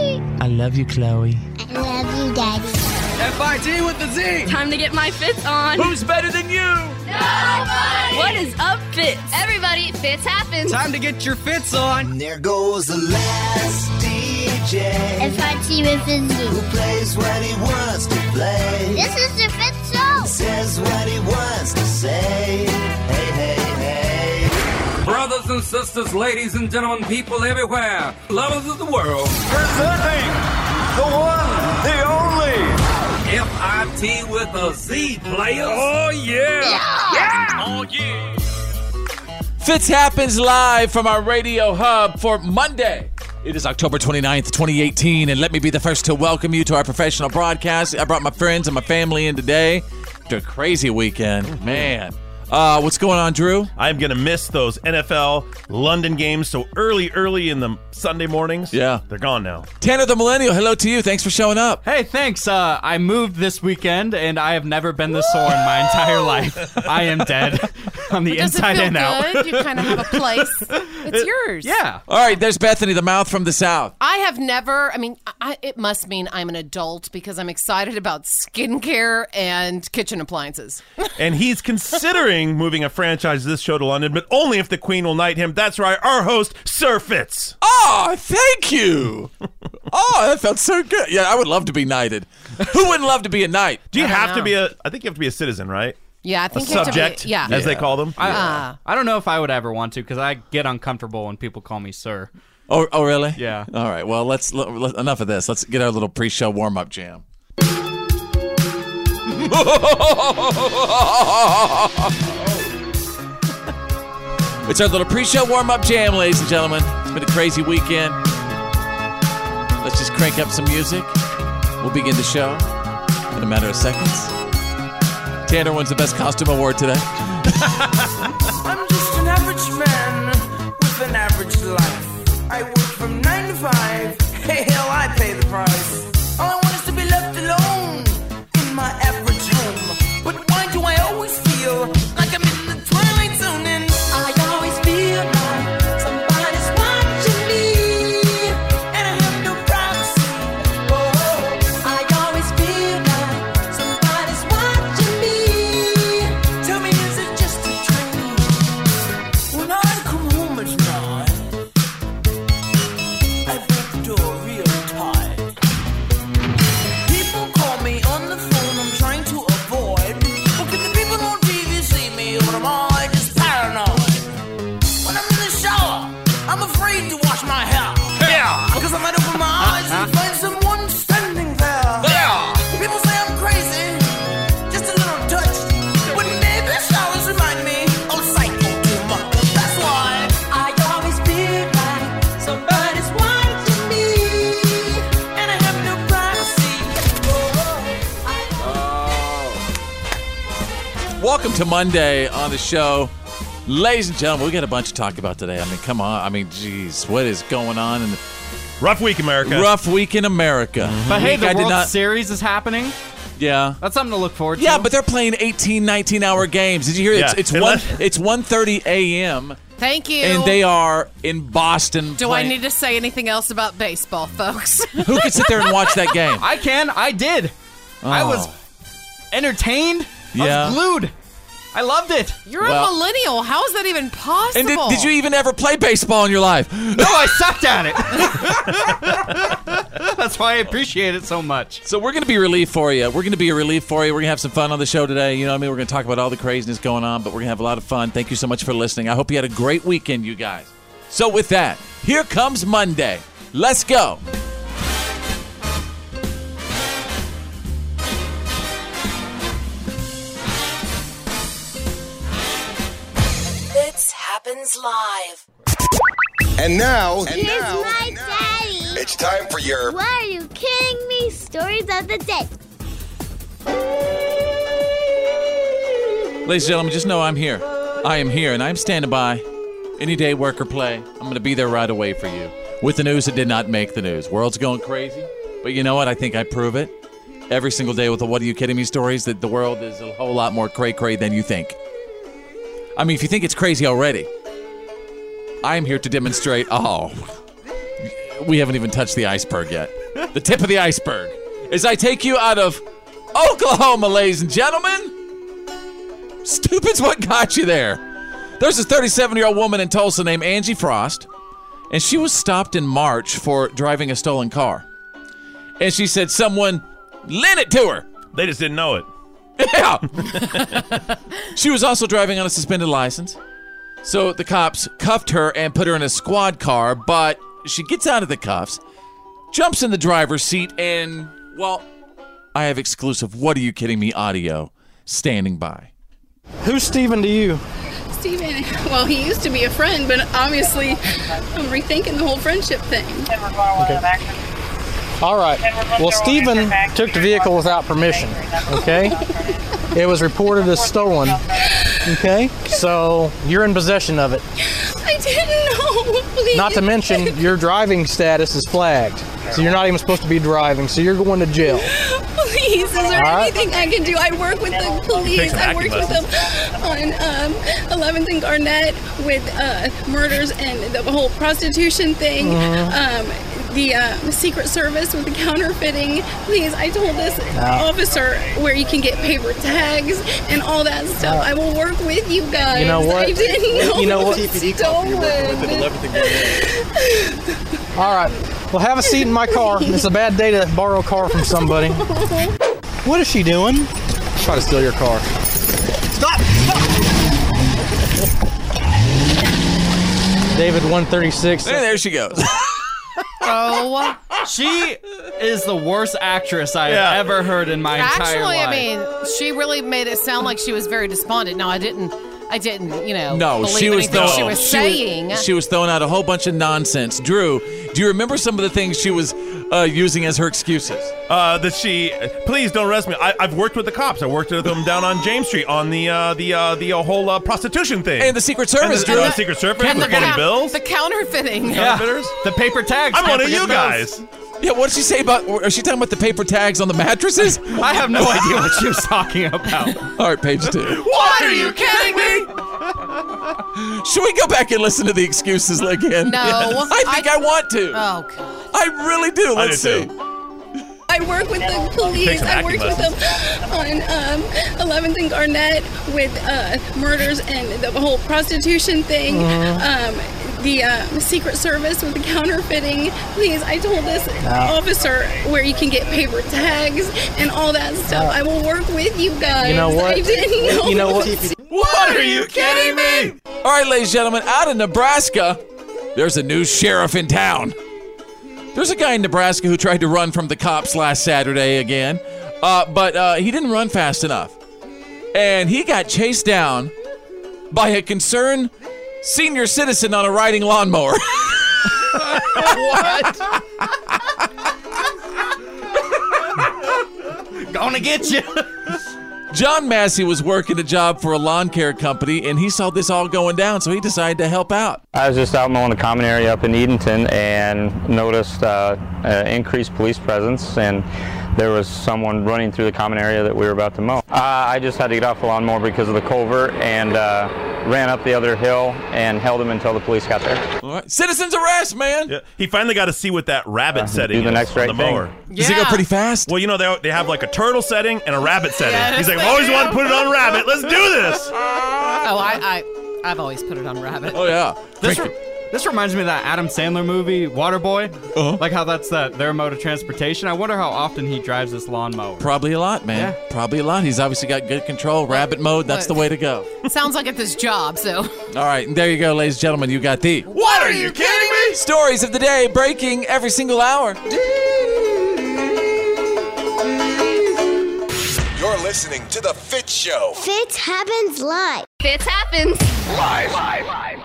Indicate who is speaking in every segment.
Speaker 1: love you, Chloe.
Speaker 2: I love you, Daddy.
Speaker 3: FIT with the Z.
Speaker 4: Time to get my fits on.
Speaker 3: Who's better than you?
Speaker 4: What is up, fits?
Speaker 5: Everybody, fits happens.
Speaker 3: Time to get your fits on.
Speaker 6: There goes the last DJ
Speaker 2: If I see with
Speaker 6: who
Speaker 2: you.
Speaker 6: plays what he wants to play,
Speaker 2: This is the Fit Show.
Speaker 6: says what he wants to say. Hey, hey, hey.
Speaker 7: Brothers and sisters, ladies and gentlemen, people everywhere, lovers of the world,
Speaker 8: Presenting the one, the only.
Speaker 7: FIT with a Z players. Oh, yeah.
Speaker 9: Fitz happens live from our radio hub for Monday. It is October 29th, 2018, and let me be the first to welcome you to our professional broadcast. I brought my friends and my family in today. After a crazy weekend,
Speaker 8: Mm-hmm.
Speaker 9: man. Uh, what's going on, Drew?
Speaker 8: I'm going to miss those NFL London games so early, early in the Sunday mornings.
Speaker 9: Yeah.
Speaker 8: They're gone now.
Speaker 9: Tanner the Millennial, hello to you. Thanks for showing up.
Speaker 10: Hey, thanks. Uh, I moved this weekend, and I have never been this sore in my entire life. I am dead on the
Speaker 11: Does it
Speaker 10: inside
Speaker 11: feel
Speaker 10: and out.
Speaker 11: good? You kind of have a place. It's yours.
Speaker 10: Yeah.
Speaker 9: All right, there's Bethany, the mouth from the south.
Speaker 11: I have never. I mean, I, it must mean I'm an adult because I'm excited about skincare and kitchen appliances.
Speaker 8: And he's considering moving a franchise of this show to London, but only if the Queen will knight him. That's right, our host, Sir Fitz.
Speaker 9: Oh, thank you. oh, that felt so good. Yeah, I would love to be knighted. Who wouldn't love to be a knight?
Speaker 8: Do you have to be a, I think you have to be a citizen, right?
Speaker 11: Yeah, I
Speaker 8: A
Speaker 11: think you have to be-
Speaker 8: subject,
Speaker 11: yeah.
Speaker 8: as they call them.
Speaker 10: I, I don't know if I would ever want to because I get uncomfortable when people call me sir.
Speaker 9: Oh, oh really?
Speaker 10: Yeah.
Speaker 9: All right. Well, let's let, let- enough of this. Let's get our little pre-show warm-up jam. it's our little pre-show warm-up jam, ladies and gentlemen. It's been a crazy weekend. Let's just crank up some music. We'll begin the show in a matter of seconds. Tanner wins the best costume award today.
Speaker 12: I'm just an average man with an average life. I work from nine to five. Hey, hell, I pay the price. All I want is to be left alone in my average room. But why do I always feel like I'm in the twilight zone? And I always feel like somebody's watching me, and I have no privacy. Oh, I always feel like somebody's watching me. Tell me, is it just a dream? When I come home at night, I break the door real tight. People call me on the phone, I'm trying to avoid. But can the people on TV see me or am I just paranoid? When I'm in the shower, I'm afraid to wash my hair. Yeah! Because I might open my eyes and
Speaker 10: Uh-huh.
Speaker 12: find someone standing there. Yeah! People say I'm crazy just a little touch. When baby showers remind me of psycho tumor. That's why I always feel like somebody's watching me, and I have no privacy.
Speaker 9: Welcome to Monday on the show. Ladies and gentlemen, we got a bunch to talk about today. I mean, come on. I mean, geez, what is going on in the
Speaker 8: Rough week, America. Mm-hmm.
Speaker 9: rough week in America?
Speaker 10: But hey,
Speaker 9: Week
Speaker 10: the
Speaker 9: I did
Speaker 10: World
Speaker 9: not-
Speaker 10: Series is happening.
Speaker 9: Yeah.
Speaker 10: That's something to look forward to.
Speaker 9: Yeah, but they're playing 18, 19 hour games. Did you hear?
Speaker 8: Yeah.
Speaker 9: It's, it's
Speaker 8: And
Speaker 9: one.
Speaker 8: let-
Speaker 9: It's 1.30 a.m.
Speaker 11: Thank you.
Speaker 9: and they are in Boston.
Speaker 11: Do I
Speaker 9: playing-
Speaker 11: need to say anything else about baseball, folks?
Speaker 9: Who could sit there and watch that game?
Speaker 10: I can. I did. I was entertained.
Speaker 9: Oh, Yeah.
Speaker 10: I was glued. I loved it.
Speaker 11: You're
Speaker 9: Well-
Speaker 11: a millennial. How is that even possible?
Speaker 9: And did, did you even ever play baseball in your life?
Speaker 10: No, I sucked at it. That's why I appreciate it so much.
Speaker 9: So we're going to be relief for you. We're going to be a relief for you. We're going to have some fun on the show today. You know what I mean? We're going to talk about all the craziness going on, but we're going to have a lot of fun. Thank you so much for listening. I hope you had a great weekend, you guys. So with that, here comes Monday. Let's go.
Speaker 12: Fits happens live.
Speaker 6: And now, and
Speaker 2: Here's my daddy.
Speaker 6: it's time for your
Speaker 2: Why are you kidding me? Stories of the day.
Speaker 9: Ladies and gentlemen, just know I'm here. I am here, and I'm standing by. Any day, work or play, I'm going to be there right away for you. With the news that did not make the news. World's going crazy, but you know what? I think I prove it every single day with the "What Are You Kidding Me" stories that the world is a whole lot more cray cray than you think. I mean, if you think it's crazy already, I am here to demonstrate. Oh, we haven't even touched the iceberg yet. the tip of the iceberg, as I take you out of Oklahoma, ladies and gentlemen. Stupid's what got you there. There's this 37 year old woman in Tulsa named Angie Frost, and she was stopped in March for driving a stolen car. And she said someone lent it to her.
Speaker 8: They just didn't know it.
Speaker 9: Yeah. she was also driving on a suspended license. So the cops cuffed her and put her in a squad car, but she gets out of the cuffs, jumps in the driver's seat, and, well, I have exclusive What Are You Kidding Me audio standing by.
Speaker 13: Who's Steven to you?
Speaker 14: Steven, well, he used to be a friend, but obviously I'm rethinking the whole friendship thing.
Speaker 13: All right. Well, Steven took the vehicle without permission. Okay. It was reported as stolen. Okay. So you're in possession of it.
Speaker 14: I didn't know. Please.
Speaker 13: Not to mention your driving status is flagged. So you're not even supposed to be driving. So you're going to jail.
Speaker 14: Please, is there
Speaker 13: All right.
Speaker 14: anything I can do? I work with the
Speaker 13: Take
Speaker 14: police.
Speaker 13: some
Speaker 14: I worked with them
Speaker 13: acting
Speaker 14: on um, 11th and Garnett with uh, murders and the whole prostitution thing.
Speaker 13: Mhm.
Speaker 14: Um, the um, Secret Service with the counterfeiting. Please, I told this
Speaker 13: No.
Speaker 14: officer where you can get paper tags and all that stuff.
Speaker 13: No.
Speaker 14: I will work with you guys.
Speaker 13: You know what?
Speaker 14: I didn't know.
Speaker 13: You know
Speaker 14: it
Speaker 13: what?
Speaker 14: was Stolen.
Speaker 13: All right. Well, have a seat in my car. It's a bad day to borrow a car from somebody. What is she doing? Try to steal your car.
Speaker 15: Stop!
Speaker 13: David 136.
Speaker 9: And there she goes.
Speaker 10: Oh, she is the worst actress I've
Speaker 11: Yeah.
Speaker 10: ever heard in my entire
Speaker 11: Actually,
Speaker 10: life.
Speaker 11: I mean, she really made it sound like she was very despondent. No, I didn't. I didn't. You know.
Speaker 9: No,
Speaker 11: believe
Speaker 9: she was,
Speaker 11: anything
Speaker 9: throwing,
Speaker 11: she was saying.
Speaker 9: She was throwing out a whole bunch of nonsense. Drew, do you remember some of the things she was uh, using as her excuses?
Speaker 8: Uh, that she, please don't arrest me. I, I've worked with the cops. I worked with them down on James Street on the uh, the uh, the uh, whole uh, prostitution thing.
Speaker 9: And the Secret Service,
Speaker 8: And the,
Speaker 9: Drew.
Speaker 8: uh, Secret Service
Speaker 11: And
Speaker 8: with
Speaker 11: the,
Speaker 8: getting bills.
Speaker 11: the counterfeiting.
Speaker 10: The paper tags.
Speaker 8: I'm one of you
Speaker 10: Don't forget
Speaker 8: guys.
Speaker 9: Yeah, what did she say about? Are she talking about the paper tags on the mattresses?
Speaker 10: I have no idea what she was talking about.
Speaker 9: All right, page two.
Speaker 10: What are you kidding me?
Speaker 9: Should we go back and listen to the excuses again?
Speaker 11: No.
Speaker 9: I think I, want to.
Speaker 11: Oh
Speaker 9: I really do. Let's see.
Speaker 14: I work with the
Speaker 9: Take
Speaker 14: police.
Speaker 9: some
Speaker 14: I
Speaker 9: acting
Speaker 14: worked with them on um, 11th and Garnett with uh, murders and the whole prostitution thing.
Speaker 9: Mm-hmm.
Speaker 13: Mhm.
Speaker 14: Um, the um, Secret Service with the counterfeiting. Please, I told this
Speaker 13: No.
Speaker 14: officer where you can get paper tags and all that stuff. I will work with you guys.
Speaker 9: You know what?
Speaker 14: I didn't know.
Speaker 9: You know what?
Speaker 14: What
Speaker 9: are you kidding me? All right, ladies and gentlemen, out in Nebraska, there's a new sheriff in town. There's a guy in Nebraska who tried to run from the cops last Saturday again, uh, but uh, he didn't run fast enough. And he got chased down by a concerned senior citizen on a riding lawnmower.
Speaker 15: what?
Speaker 10: Gonna get you.
Speaker 9: John Massey was working a job for a lawn care company, and he saw this all going down, so he decided to help out.
Speaker 16: I was just out mowing the common area up in Edenton and noticed uh, uh, increased police presence and there was someone running through the common area that we were about to mow. Uh, I just had to get off the lawnmower because of the culvert and uh, ran up the other hill and held him until the police got there.
Speaker 9: All right. Citizens arrest, man.
Speaker 8: He finally got to see what that rabbit setting
Speaker 16: Uh, do the
Speaker 8: is
Speaker 16: next
Speaker 8: on
Speaker 16: right
Speaker 8: the
Speaker 16: thing.
Speaker 8: mower.
Speaker 16: Does it go Yeah. pretty
Speaker 9: fast?
Speaker 8: Well, you know, they, they have like a turtle setting and a rabbit setting.
Speaker 11: Yeah,
Speaker 8: He's
Speaker 11: that's
Speaker 8: like, I've
Speaker 11: what
Speaker 8: always
Speaker 11: they
Speaker 8: wanted to put it on rabbit. Let's do this.
Speaker 11: Oh, I, I, I've always put it on rabbit.
Speaker 9: Oh yeah.
Speaker 10: This, re- this reminds me of that Adam Sandler movie, Waterboy.
Speaker 9: Uh-huh.
Speaker 10: Like how that's that their mode of transportation. I wonder how often he drives this lawnmower.
Speaker 9: Probably a lot, man. Probably a lot. He's obviously got good control. Rabbit mode, that's the way to go.
Speaker 11: Sounds like it's his job. So.
Speaker 9: All right, and there you go, ladies and gentlemen. You got the
Speaker 11: What are you kidding me?
Speaker 9: stories of the day breaking every single hour.
Speaker 6: You're listening to The Fit Show.
Speaker 2: Fits happens live.
Speaker 5: Fits happens.
Speaker 6: Live. Live. Live.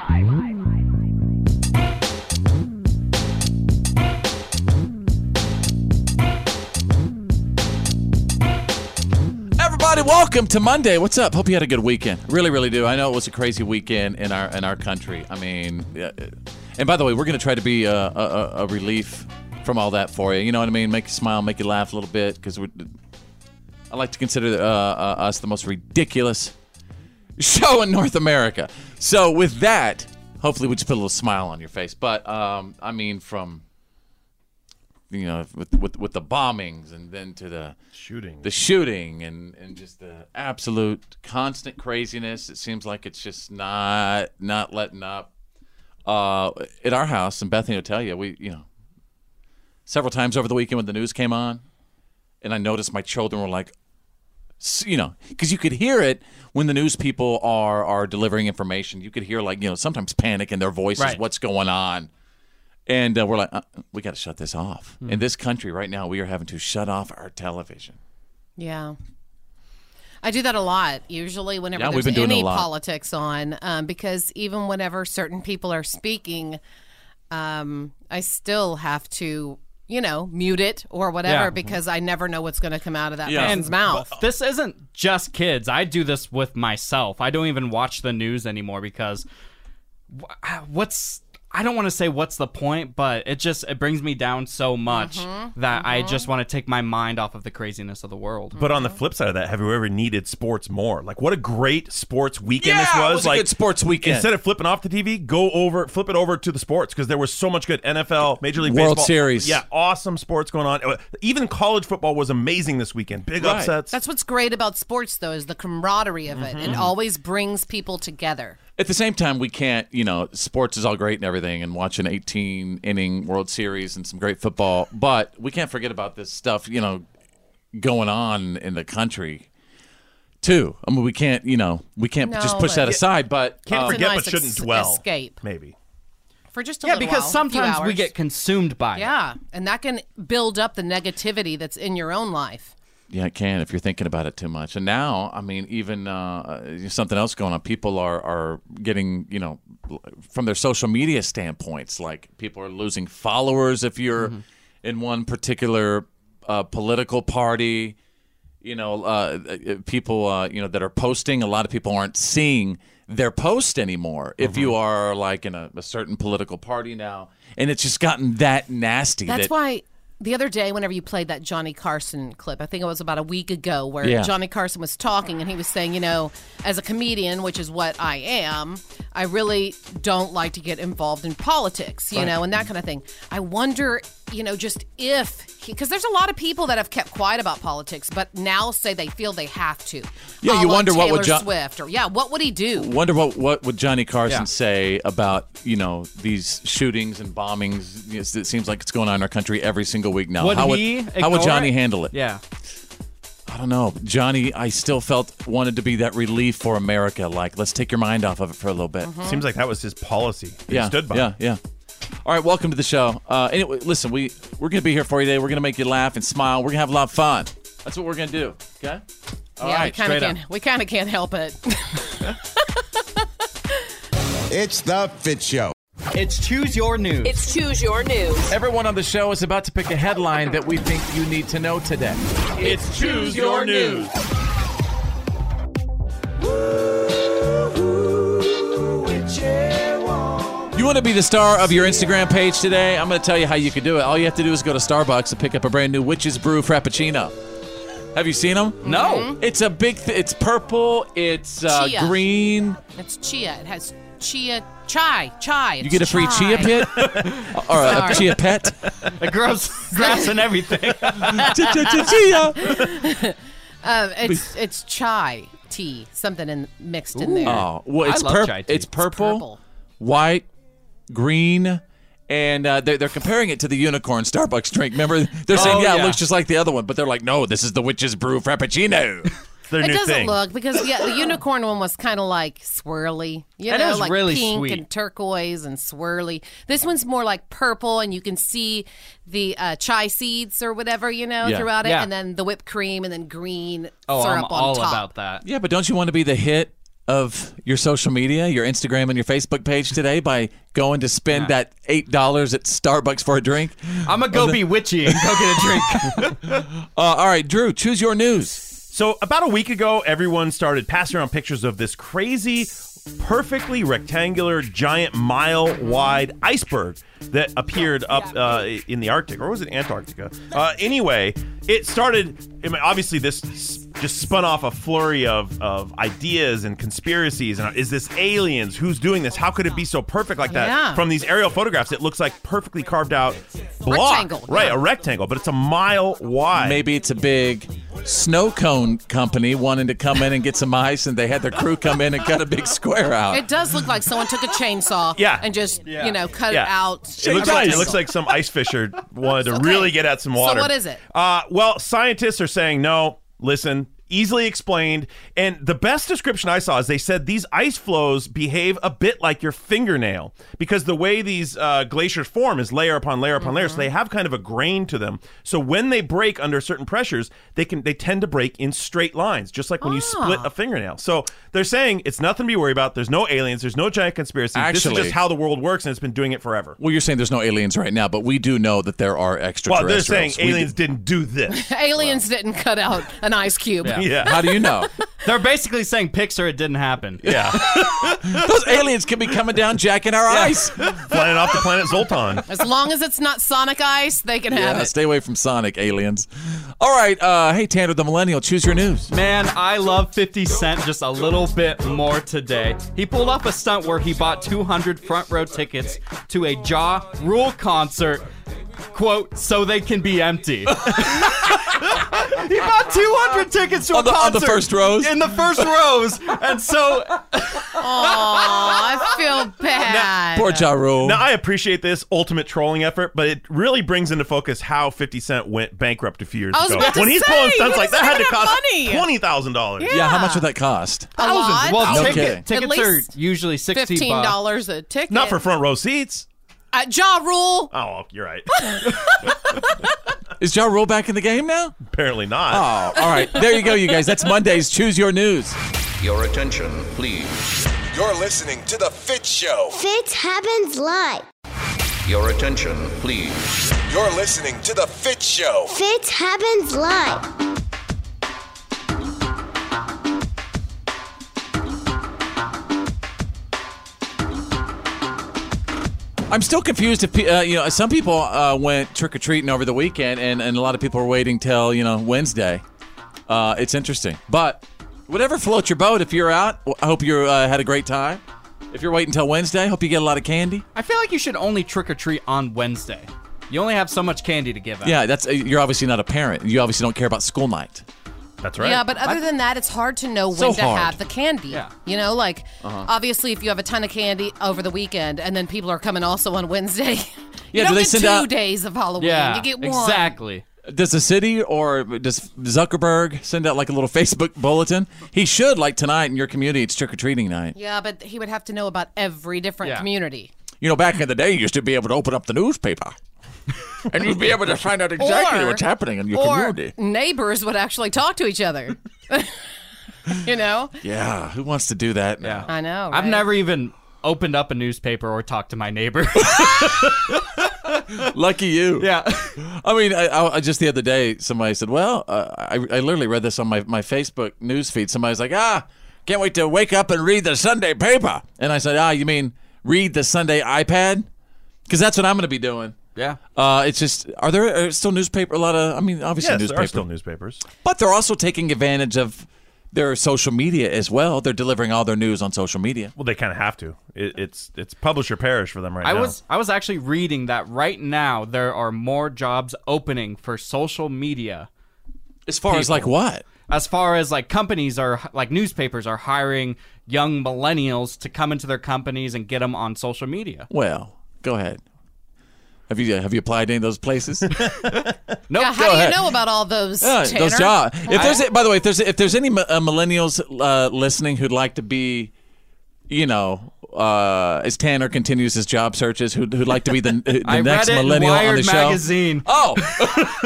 Speaker 9: Everybody, welcome to Monday. What's up? Hope you had a good weekend. Really, really do. I know it was a crazy weekend in our in our country. I mean, yeah, it- and by the way, we're going to try to be a, a, a- a relief from all that for you. You know what I mean? Make you smile, make you laugh a little bit because we. I like to consider uh, uh, us the most ridiculous show in North America. So with that, hopefully we just put a little smile on your face. But um, I mean, from you know with with, with the bombings and then to the
Speaker 8: shooting,
Speaker 9: the shooting, and and just uh, the absolute constant craziness. It seems like it's just not not letting up. Uh, at our house, and Bethany will tell you, we you know several times over the weekend when the news came on, and I noticed my children were like, s- you know, because you could hear it when the news people are are delivering information. You could hear like you know sometimes panic in their voices,
Speaker 17: Right.
Speaker 9: what's going on, and uh, we're like, uh, we got to shut this off.
Speaker 11: Hmm.
Speaker 9: In this country right now, we are having to shut off our television.
Speaker 11: Yeah. I do that a lot usually whenever
Speaker 9: Yeah, we've
Speaker 11: there's
Speaker 9: been doing it a
Speaker 11: any
Speaker 9: lot.
Speaker 11: politics on um, because even whenever certain people are speaking, um, I still have to, you know, mute it or whatever
Speaker 10: Yeah.
Speaker 11: because I never know what's going to come out of that person's
Speaker 10: And
Speaker 11: mouth.
Speaker 10: but This isn't just kids. I do this with myself. I don't even watch the news anymore because wh- what's I don't want to say what's the point, but it just it brings me down so much
Speaker 8: Mhm,
Speaker 11: Mm-hmm.
Speaker 10: that I
Speaker 8: mhm.
Speaker 10: just want to take my mind off of the craziness of the world.
Speaker 8: But on the flip side of that, have you ever needed sports more? Like, what a great sports weekend this
Speaker 9: Yeah, it
Speaker 8: was!
Speaker 9: was a
Speaker 8: like
Speaker 9: good sports weekend.
Speaker 8: Instead of flipping off the TV, go over, flip it over to the sports because there was so much good NFL, Major League
Speaker 9: World
Speaker 8: Baseball.
Speaker 9: Series.
Speaker 8: Yeah, awesome sports going on. Even college football was amazing this weekend. Big upsets.
Speaker 11: That's what's great about sports, though, is the camaraderie of it. It
Speaker 9: Mhm.
Speaker 11: always brings people together.
Speaker 9: At the same time, we can't, you know, sports is all great and everything, and watch an 18 inning World Series and some great football, but we can't forget about this stuff, you know, going on in the country too. I mean, we can't, you know, we can't
Speaker 11: No,
Speaker 9: just push
Speaker 11: but-
Speaker 9: that aside, but
Speaker 11: Can't
Speaker 9: um,
Speaker 11: forget, It's a nice but shouldn't ex- dwell, escape.
Speaker 8: Maybe.
Speaker 11: For just a
Speaker 10: yeah,
Speaker 11: little
Speaker 10: because
Speaker 11: while, a few
Speaker 10: sometimes we
Speaker 11: hours.
Speaker 10: get consumed by it.
Speaker 11: Yeah, and that can build up the negativity that's in your own life.
Speaker 9: Yeah, it can if you're thinking about it too much. And now, I mean, even uh, something else going on. People are are getting, you know, from their social media standpoints, like people are losing followers if you're in one particular uh, political party. You know, uh, uh, people, uh, you know, that are posting. A lot of people aren't seeing their post anymore. If you are like in a, a certain political party now, and it's just gotten that nasty.
Speaker 11: That's
Speaker 9: that,
Speaker 11: why the other day, whenever you played that Johnny Carson clip, I think it was about a week ago, where
Speaker 9: Yeah.
Speaker 11: Johnny Carson was talking and he was saying, you know, as a comedian, which is what I am, I really don't like to get involved in politics, you
Speaker 7: Right.
Speaker 11: know, and that kind of thing. I wonder, you know, just if, because there's a lot of people that have kept quiet about politics, but now say they feel they have to.
Speaker 9: Yeah,
Speaker 11: A
Speaker 9: you
Speaker 11: la
Speaker 9: wonder what would
Speaker 11: Taylor
Speaker 9: Jo-
Speaker 11: Swift or yeah, what would he do?
Speaker 9: Wonder what what would Johnny Carson
Speaker 11: Yeah.
Speaker 9: say about you know these shootings and bombings? Yes, It seems like it's going on in our country every single week now.
Speaker 10: Would
Speaker 9: how would
Speaker 10: he
Speaker 9: how would
Speaker 10: ignore
Speaker 9: Johnny
Speaker 10: it?
Speaker 9: handle it?
Speaker 10: Yeah.
Speaker 9: I don't know. Johnny, I still felt wanted to be that relief for America. Like, let's take your mind off of it for a little bit.
Speaker 8: Mhm. Seems like that was his policy. that he
Speaker 9: Mm-hmm. yeah,
Speaker 8: stood by.
Speaker 9: Yeah, yeah. All right, welcome to the show. Uh, anyway, listen, we we're gonna be here for you today. We're gonna make you laugh and smile. We're gonna have a lot of fun. That's what we're gonna do. Okay. All
Speaker 11: yeah,
Speaker 9: right,
Speaker 11: we kind of
Speaker 9: straight up.
Speaker 11: can. We kind of can't help it.
Speaker 6: It's the Fit Show.
Speaker 10: It's choose your news.
Speaker 7: It's choose your news.
Speaker 9: Everyone on the show is about to pick a headline that we think you need to know today. It's
Speaker 7: Choose Your News.
Speaker 9: You want to be the star of your Instagram page today? I'm going to tell you how you can do it. All you have to do is go to Starbucks and pick up a brand new Witch's Brew Frappuccino. Have you seen them?
Speaker 10: No. Mhm.
Speaker 9: It's a big. Th- it's purple. It's uh,
Speaker 11: Mm-hmm. Chia.
Speaker 9: green.
Speaker 11: It's chia. It has chia chai chai.
Speaker 9: You get a free chia pit or a
Speaker 11: Sorry.
Speaker 9: chia pet.
Speaker 10: It grows grass and everything.
Speaker 11: Um, it's it's chai tea, something in, mixed in there.
Speaker 9: Oh, well, it's, purp- it's purple, white, green, and uh, they're, they're comparing it to the unicorn Starbucks drink. Remember, they're saying,
Speaker 11: Oh,
Speaker 9: yeah,
Speaker 11: yeah.
Speaker 9: it looks just like the other one, but they're like, no, this is the witch's brew frappuccino. it's
Speaker 11: it doesn't look because yeah, the unicorn one was kind of like swirly. You
Speaker 9: That
Speaker 11: know,
Speaker 9: is
Speaker 11: like
Speaker 9: really
Speaker 11: pink
Speaker 9: sweet.
Speaker 11: and turquoise and swirly. This one's more like purple, and you can see the uh, chai seeds or whatever you know
Speaker 9: Yeah.
Speaker 11: throughout it,
Speaker 9: Yeah.
Speaker 11: and then the whipped cream, and then green
Speaker 9: Oh,
Speaker 11: syrup
Speaker 9: I'm
Speaker 11: on
Speaker 9: all
Speaker 11: top.
Speaker 9: about
Speaker 10: that.
Speaker 9: Yeah, but don't you want to be the hit of your social media, your Instagram and your Facebook page today by going to spend that eight dollars at Starbucks for a drink?
Speaker 10: I'm gonna go be witchy and go get a drink.
Speaker 9: Uh, all right, Drew, choose your news.
Speaker 8: So about a week ago, everyone started passing around pictures of this crazy, perfectly rectangular, giant, mile-wide iceberg that appeared up uh, in the Arctic, or was it Antarctica? Uh, anyway, it started. I mean, obviously, this s- just spun off a flurry of, of ideas and conspiracies. And uh, is this aliens? Who's doing this? How could it be so perfect like that?
Speaker 9: Yeah.
Speaker 8: From these aerial photographs, it looks like perfectly carved out block,
Speaker 11: Rectangle,
Speaker 8: right? A rectangle, but it's a mile wide.
Speaker 9: Maybe it's a big snow cone company wanting to come in and get some ice, and they had their crew come in and cut a big square out.
Speaker 11: It does look like someone took a chainsaw
Speaker 8: Yeah.
Speaker 11: and just, you know, cut
Speaker 8: Yeah.
Speaker 11: it out.
Speaker 8: It looks, like, it
Speaker 11: Rectangle.
Speaker 8: looks like some ice fisher wanted to really get at some
Speaker 11: So
Speaker 8: water.
Speaker 11: what is it?
Speaker 8: Uh, well, scientists are saying no. Listen, easily explained. And the best description I saw is they said these ice flows behave a bit like your fingernail because the way these uh, glaciers form is layer upon layer upon
Speaker 11: Mm-hmm.
Speaker 8: layer, so they have kind of a grain to them. So when they break under certain pressures, they can they tend to break in straight lines, just like when you
Speaker 11: Ah.
Speaker 8: split a fingernail. So they're saying it's nothing to be worried about. There's no aliens. There's no giant conspiracy. this is
Speaker 9: Actually-
Speaker 8: just how the world works, and it's been doing it forever.
Speaker 9: Well, you're saying there's no aliens right now, but we do know that there are
Speaker 8: Well, they're
Speaker 9: extraterrestrials.
Speaker 8: saying
Speaker 9: We-
Speaker 8: aliens didn't do this.
Speaker 11: Aliens didn't cut out an ice cube.
Speaker 9: How do you know?
Speaker 10: They're basically saying Pixar, it didn't happen.
Speaker 8: Yeah.
Speaker 9: Those aliens could be coming down, jacking our ice.
Speaker 8: Flying off the planet Zoltan.
Speaker 11: As long as it's not Sonic ice, they can have
Speaker 9: Yeah,
Speaker 11: it.
Speaker 9: stay away from Sonic aliens. All right, uh, hey Tanner the Millennial, choose your news.
Speaker 10: Man, I love 50 Cent just a little bit more today. He pulled off a stunt where he bought 200 front row tickets to a Jaw Rule concert, quote, so they can be empty. he bought 200 tickets to
Speaker 9: On
Speaker 10: a
Speaker 9: the- on
Speaker 10: concert.
Speaker 9: the first rows?
Speaker 10: In the first rows. And so
Speaker 11: Oh, I feel bad.
Speaker 8: Now I appreciate this ultimate trolling effort, but it really brings into focus how 50 Cent went bankrupt a few years
Speaker 11: I was
Speaker 8: ago.
Speaker 11: about to
Speaker 8: when he's
Speaker 11: say,
Speaker 8: pulling
Speaker 11: where
Speaker 8: stunts like
Speaker 11: does
Speaker 8: that, had
Speaker 11: he
Speaker 8: to
Speaker 11: get
Speaker 8: cost
Speaker 11: money?
Speaker 8: twenty thousand dollars.
Speaker 9: Yeah. how much would that cost? Oh,
Speaker 11: A lot?
Speaker 10: Well,
Speaker 9: No
Speaker 10: ticket-
Speaker 9: kidding.
Speaker 10: tickets
Speaker 11: At
Speaker 10: are
Speaker 11: least
Speaker 10: usually 60 bucks.
Speaker 11: $15 a ticket.
Speaker 8: Not for front row seats.
Speaker 11: Uh, Jaw Rule.
Speaker 8: Oh, you're right.
Speaker 9: Is Ja Rule back in the game now?
Speaker 8: Apparently not.
Speaker 9: Oh, all right. There you go, you guys. That's Monday's Choose Your News.
Speaker 17: Your attention, please.
Speaker 6: You're listening to The Fit Show.
Speaker 2: Fits happens live.
Speaker 17: Your attention, please.
Speaker 6: You're listening to The Fit Show.
Speaker 2: Fits happens live.
Speaker 9: I'm still confused if pe- uh, you know some people uh, went trick or treating over the weekend, and, and a lot of people are waiting till you know Wednesday. Uh, it's interesting, but whatever floats your boat. If you're out, w- I hope you uh, had a great time. If you're waiting till Wednesday, hope you get a lot of candy.
Speaker 10: I feel like you should only trick or treat on Wednesday. You only have so much candy to give out.
Speaker 9: Yeah, that's uh, you're obviously not a parent. You obviously don't care about school night.
Speaker 8: That's
Speaker 11: Yeah, but other than that, it's hard to know when
Speaker 9: So
Speaker 11: to
Speaker 9: hard.
Speaker 11: have the candy.
Speaker 9: Yeah.
Speaker 11: You know, like
Speaker 9: Uh-huh.
Speaker 11: obviously, if you have a ton of candy over the weekend, and then people are coming also on Wednesday, you
Speaker 9: Yeah, do
Speaker 11: don't
Speaker 9: they
Speaker 11: get
Speaker 9: send
Speaker 11: two
Speaker 9: out-
Speaker 11: days of Halloween. you get one.
Speaker 9: Does the city or does Zuckerberg send out like a little Facebook bulletin? He should, like tonight in your community, it's trick or treating night.
Speaker 11: Yeah, but he would have to know about every different
Speaker 9: Yeah.
Speaker 11: community.
Speaker 9: You know, back in the day, you used to be able to open up the newspaper, and you'd be able to find out exactly
Speaker 11: Or-
Speaker 9: what's happening in your
Speaker 11: or
Speaker 9: community.
Speaker 11: neighbors would actually talk to each other. you know,
Speaker 9: Yeah, who wants to do that? Yeah,
Speaker 11: I know.
Speaker 10: I've
Speaker 11: Oh, right?
Speaker 10: never even opened up a newspaper or talked to my neighbor.
Speaker 9: lucky you.
Speaker 10: Yeah,
Speaker 9: I mean, I, I, I just the other day, somebody said, "Well, uh, I, I literally read this on my my Facebook news feed." Somebody's like, "Ah, can't wait to wake up and read the Sunday paper," and I said, "Ah, you mean read the Sunday iPad? Because that's what I'm going to be doing."
Speaker 10: Yeah.
Speaker 9: Uh, it's just, are there are still newspaper? A lot of, I mean, obviously
Speaker 8: Yes, there
Speaker 9: newspaper,
Speaker 8: are still newspapers.
Speaker 9: but they're also taking advantage of their social media as well. They're delivering all their news on social media.
Speaker 8: Well, they kind of have to. It, it's it's publish or perish for them right
Speaker 10: I
Speaker 8: now.
Speaker 10: was I was actually reading that right now there are more jobs opening for social media.
Speaker 9: As far as, like, what?
Speaker 10: As far as like companies are like newspapers are hiring young millennials to come into their companies and get them on social media.
Speaker 9: Well, go ahead. Have you have you applied to any of those places?
Speaker 10: No,
Speaker 11: Yeah, how do you know about all those?
Speaker 9: Yeah, those
Speaker 11: Tanner?
Speaker 9: jobs. If there's, a- by the way, if there's if there's any mi- uh, millennials uh, listening who'd like to be, you know, uh, as Tanner continues his job searches, who'd, who'd like to be the, the
Speaker 10: I
Speaker 9: next
Speaker 10: read it in
Speaker 9: millennial on the
Speaker 10: Wired
Speaker 9: show.
Speaker 10: magazine.
Speaker 9: Oh,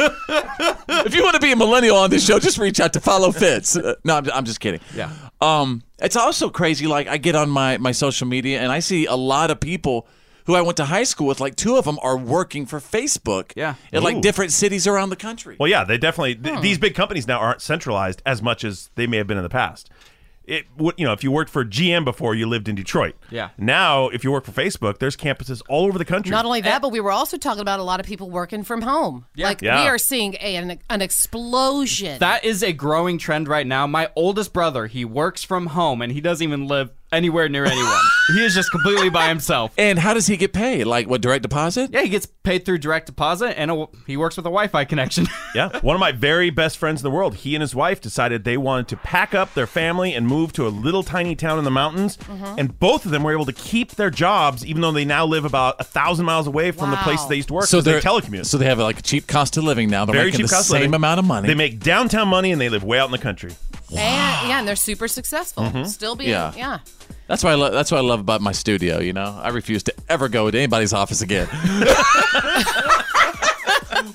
Speaker 9: if you want to be a millennial on this show, just reach out to Follow Fitz. Uh, no, I'm, I'm just kidding.
Speaker 10: Yeah.
Speaker 9: Um, it's also crazy. Like I get on my my social media and I see a lot of people who I went to high school with. Like two of them are working for Facebook. Yeah. In like
Speaker 8: Ooh.
Speaker 9: different cities around the country.
Speaker 8: Well, yeah, they definitely
Speaker 10: Hmm.
Speaker 8: th- these big companies now aren't centralized as much as they may have been in the past. It would, you know, if you worked for GM before, you lived in Detroit.
Speaker 10: Yeah.
Speaker 8: Now, if you work for Facebook, there's campuses all over the country.
Speaker 11: Not only that, but we were also talking about a lot of people working from home. Like
Speaker 8: Yeah.
Speaker 11: we are seeing a, an, an explosion.
Speaker 10: That is a growing trend right now. My oldest brother, he works from home and he doesn't even live anywhere near anyone. he is just completely by himself.
Speaker 9: And how does he get paid? Like what direct deposit?
Speaker 10: Yeah, he gets paid through direct deposit, and a, he works with a Wi-Fi connection.
Speaker 8: yeah, one of my very best friends in the world. He and his wife decided they wanted to pack up their family and move to a little tiny town in the mountains.
Speaker 10: Mm-hmm.
Speaker 11: Mhm.
Speaker 8: And both of them were able to keep their jobs, even though they now live about a thousand miles away from the place
Speaker 11: Wow.
Speaker 8: they used to work.
Speaker 9: So
Speaker 8: 'cause they
Speaker 9: they're
Speaker 8: telecommute.
Speaker 9: So they have like a cheap cost of living now. They're
Speaker 8: Very
Speaker 9: making
Speaker 8: cheap
Speaker 9: the
Speaker 8: cost of
Speaker 9: same
Speaker 8: living.
Speaker 9: amount of money.
Speaker 8: They make downtown money and they live way out in the country.
Speaker 11: And, yeah, and they're super successful.
Speaker 9: Mhm.
Speaker 11: Still being,
Speaker 9: Yeah.
Speaker 11: yeah.
Speaker 9: That's what I love. That's what I love about my studio. You know, I refuse to ever go to anybody's office again.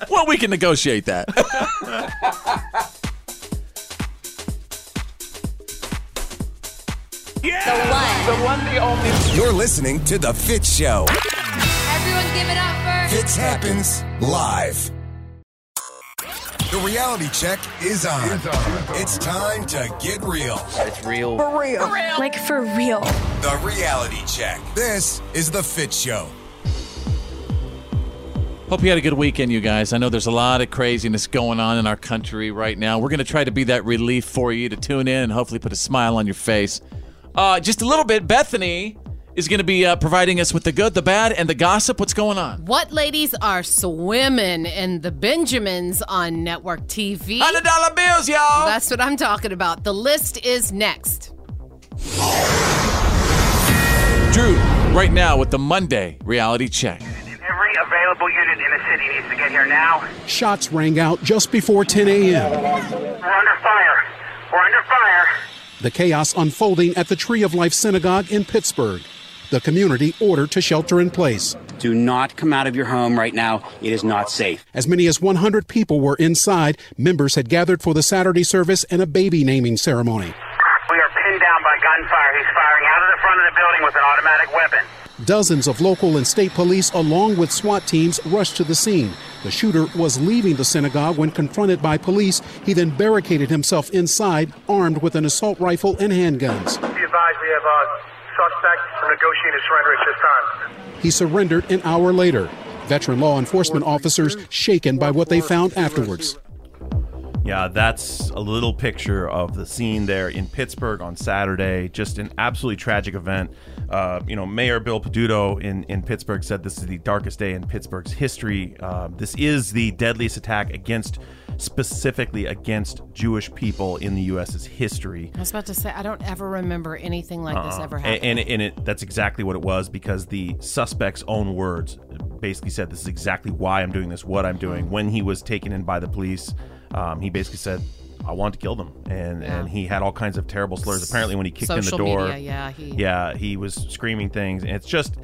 Speaker 9: well, we can negotiate that.
Speaker 6: The one, the only. You're listening to The Fit Show.
Speaker 5: Everyone give it up for
Speaker 6: Fits happens live. The reality check is on. It's time to get real. It's real.
Speaker 18: real. Like for real.
Speaker 6: The reality check. This is The Fit Show.
Speaker 9: Hope you had a good weekend, you guys. I know there's a lot of craziness going on in our country right now. We're going to try to be that relief for you to tune in and hopefully put a smile on your face. Uh, just a little bit, Bethany is going to be uh, providing us with the good, the bad, and the gossip. What's going on?
Speaker 11: What ladies are swimming in the Benjamins on network TV? Hundred
Speaker 9: dollar bills, y'all.
Speaker 11: That's what I'm talking about. The list is next.
Speaker 9: Drew, right now with the Monday reality check.
Speaker 12: Every available unit in the city needs to get here now.
Speaker 19: Shots rang out just before 10 a.m.
Speaker 12: We're under fire. We're under fire.
Speaker 19: The chaos unfolding at the Tree of Life Synagogue in Pittsburgh. The community ordered to shelter in place.
Speaker 20: Do not come out of your home right now. It is not safe.
Speaker 19: As many as 100 people were inside. Members had gathered for the Saturday service and a baby naming ceremony.
Speaker 12: We are pinned down by gunfire. He's firing out of the front of the building with an automatic weapon.
Speaker 19: Dozens of local and state police, along with SWAT teams, rushed to the scene. The shooter was leaving the synagogue when confronted by police. He then barricaded himself inside, armed with an assault rifle and handguns.
Speaker 12: Be advised, we have uh, a suspect negotiated surrender at this time.
Speaker 19: He surrendered an hour later. Veteran law enforcement officers shaken by what they found afterwards.
Speaker 8: Yeah, that's a little picture of the scene there in Pittsburgh on Saturday. Just an absolutely tragic event. Uh, you know, Mayor Bill Peduto in, in Pittsburgh said this is the darkest day in Pittsburgh's history. Uh, this is the deadliest attack against, specifically against Jewish people in the U.S.'s history.
Speaker 11: I was about to say, I don't ever remember anything like this
Speaker 8: Uh-uh.
Speaker 11: ever
Speaker 8: And-
Speaker 11: happening.
Speaker 8: And, and it, that's exactly what it was because the suspect's own words basically said, This is exactly why I'm doing this, what
Speaker 11: Mm-hmm.
Speaker 8: I'm doing. When he was taken in by the police, um, he basically said, I want to kill them. And,
Speaker 11: Yeah.
Speaker 8: and he had all kinds of terrible slurs. Apparently, when he kicked in the
Speaker 11: Social
Speaker 8: door,
Speaker 11: media, yeah, he-
Speaker 8: yeah, he was screaming things. And it's just.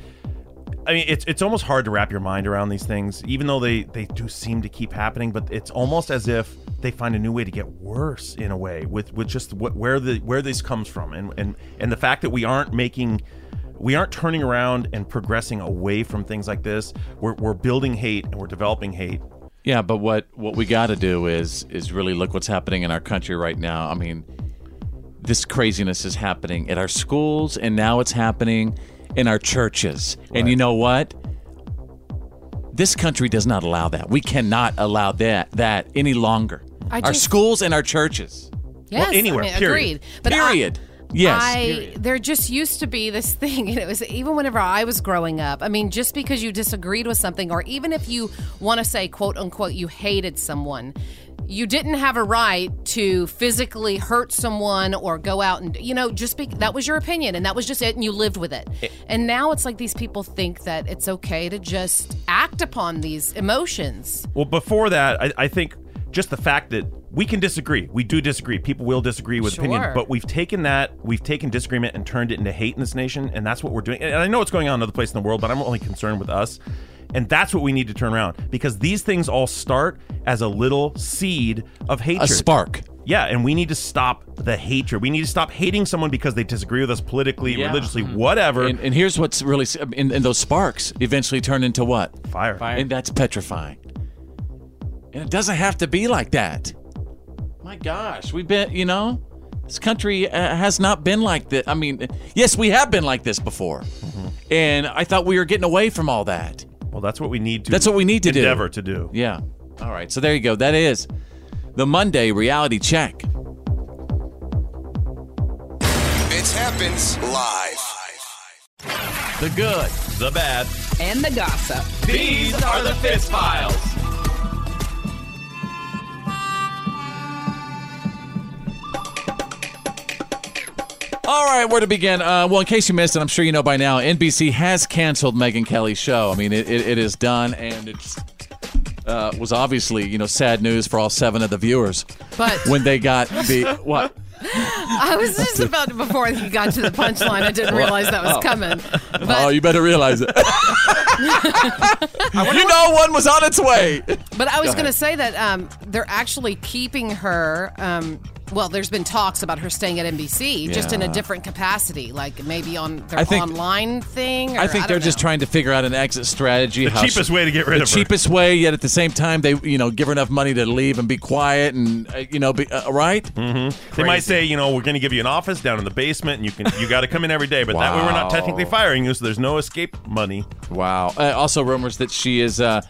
Speaker 8: I mean, it's it's almost hard to wrap your mind around these things, even though they they do seem to keep happening. But it's almost as if they find a new way to get worse in a way with with just what where the where this comes from, and and and the fact that we aren't making. We aren't turning around and progressing away from things like this. We're, we're building hate and we're developing hate.
Speaker 9: Yeah, but what what we got to do is is really look what's happening in our country right now. I mean, this craziness is happening at our schools, and now it's happening in our churches. And you know what? This country does not allow that. We cannot allow that that any longer.
Speaker 11: I
Speaker 9: our
Speaker 11: just-
Speaker 9: schools and our churches.
Speaker 11: Yes,
Speaker 9: well, anywhere.
Speaker 11: I mean,
Speaker 9: period.
Speaker 11: agreed. But I-
Speaker 9: period. yes.
Speaker 11: I there just used to be this thing, and it was even whenever I was growing up. I mean, just because you disagreed with something, or even if you want to say quote unquote you hated someone, you didn't have a right to physically hurt someone or go out and you know just be that was your opinion and that was just it, and you lived with it.
Speaker 9: It-
Speaker 11: and now it's like these people think that it's okay to just act upon these emotions.
Speaker 8: Well, before that, I, I think just the fact that we can disagree, we do disagree. People will disagree with opinion,
Speaker 11: Sure.
Speaker 8: but we've taken that, we've taken disagreement and turned it into hate in this nation, and that's what we're doing. And I know what's going on in other places in the world, but I'm only concerned with us. And that's what we need to turn around because these things all start as a little seed of hatred,
Speaker 9: spark.
Speaker 8: Yeah, and we need to stop the hatred. We need to stop hating someone because they disagree with us politically,
Speaker 9: Yeah.
Speaker 8: religiously, whatever.
Speaker 9: And, and here's what's really, s- and, and those sparks eventually turn into what?
Speaker 8: Fire.
Speaker 9: And that's petrifying. And it doesn't have to be like that. My gosh, we've been, you know, this country uh, has not been like this. I mean, yes, we have been like this before. And I thought we were getting away from all that.
Speaker 8: Mm-hmm. Well, that's what we need to.
Speaker 9: That's what we need to do.
Speaker 8: endeavor to do.
Speaker 9: Yeah. All right. So there you go. That is the Monday reality check.
Speaker 6: It's happening. happens live.
Speaker 9: The good,
Speaker 8: the bad,
Speaker 7: And the gossip.
Speaker 8: These are the Fist Files.
Speaker 9: All right, where to begin? Uh, well, in case you missed it, I'm sure you know by now, NBC has canceled Megyn Kelly's show. I mean, it, it, it is done, and it uh, was obviously, you know, sad news for all seven of the viewers.
Speaker 11: But-
Speaker 9: when they got the what?
Speaker 11: I was just about to, before you got to the punchline. I didn't realize that was
Speaker 9: Oh.
Speaker 11: coming.
Speaker 9: oh, you better realize it. you know, one was on its way.
Speaker 11: But I was
Speaker 9: Go
Speaker 11: going to
Speaker 9: ahead.
Speaker 11: say that um, they're actually keeping her. Um, well, there's been talks about her staying at NBC, just in a
Speaker 9: Yeah.
Speaker 11: different capacity, like maybe on their
Speaker 9: I think-
Speaker 11: online thing. Or,
Speaker 9: I think
Speaker 11: don't
Speaker 9: they're just
Speaker 11: know.
Speaker 9: trying to figure out an exit strategy.
Speaker 8: The
Speaker 9: how she-
Speaker 8: cheapest way to get rid
Speaker 9: the
Speaker 8: of her.
Speaker 9: cheapest way, yet at the same time, they you know give her enough money to leave and be quiet and uh, you know be uh, right. Mm-hmm.
Speaker 8: They might say, you know, we're going to give you an office down in the basement, and you can you got to come in every day. But that way, we're not
Speaker 9: Wow.
Speaker 8: technically firing you, so there's no escape money.
Speaker 9: Wow. Uh, also, rumors that she is uh,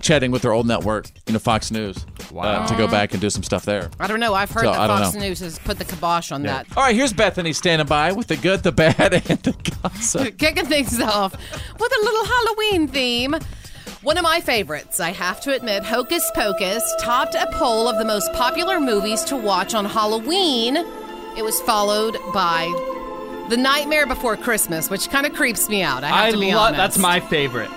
Speaker 9: chatting with her old network, you know, Fox News, uh, to go back and do some stuff there.
Speaker 11: I don't know. I've heard
Speaker 9: So, I
Speaker 11: that
Speaker 9: don't
Speaker 11: Fox
Speaker 9: know.
Speaker 11: News has put the kibosh on that.
Speaker 9: All right, here's Bethany standing by with the good, the bad, and the gossip.
Speaker 11: Kicking things off with a little Halloween theme. One of my favorites, I have to admit, Hocus Pocus topped a poll of the most popular movies to watch on Halloween. It was followed by The Nightmare Before Christmas, which kind of creeps me out. I have
Speaker 10: I
Speaker 11: to be
Speaker 10: love
Speaker 11: honest.
Speaker 10: that's my favorite.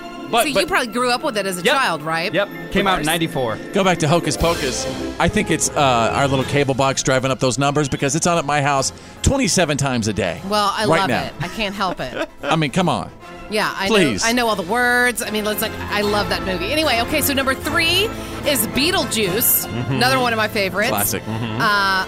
Speaker 11: See, you probably grew up with it as a child, right? Yep.
Speaker 10: Came out in 94.
Speaker 9: Go back to Hocus Pocus. I think it's uh, our little cable box driving up those numbers because it's on at my house 27 times a day.
Speaker 11: Well, I
Speaker 9: right
Speaker 11: love
Speaker 9: now.
Speaker 11: it. I can't help it.
Speaker 9: I mean, come on.
Speaker 11: Yeah, I
Speaker 9: Please.
Speaker 11: know. I know all the words. I mean, it's like I love that movie. Anyway, okay, so number three is Beetlejuice,
Speaker 10: Mm-hmm.
Speaker 9: Mhm.
Speaker 11: Mm-hmm. another one of my favorites.
Speaker 9: Classic. Mhm.
Speaker 11: Uh,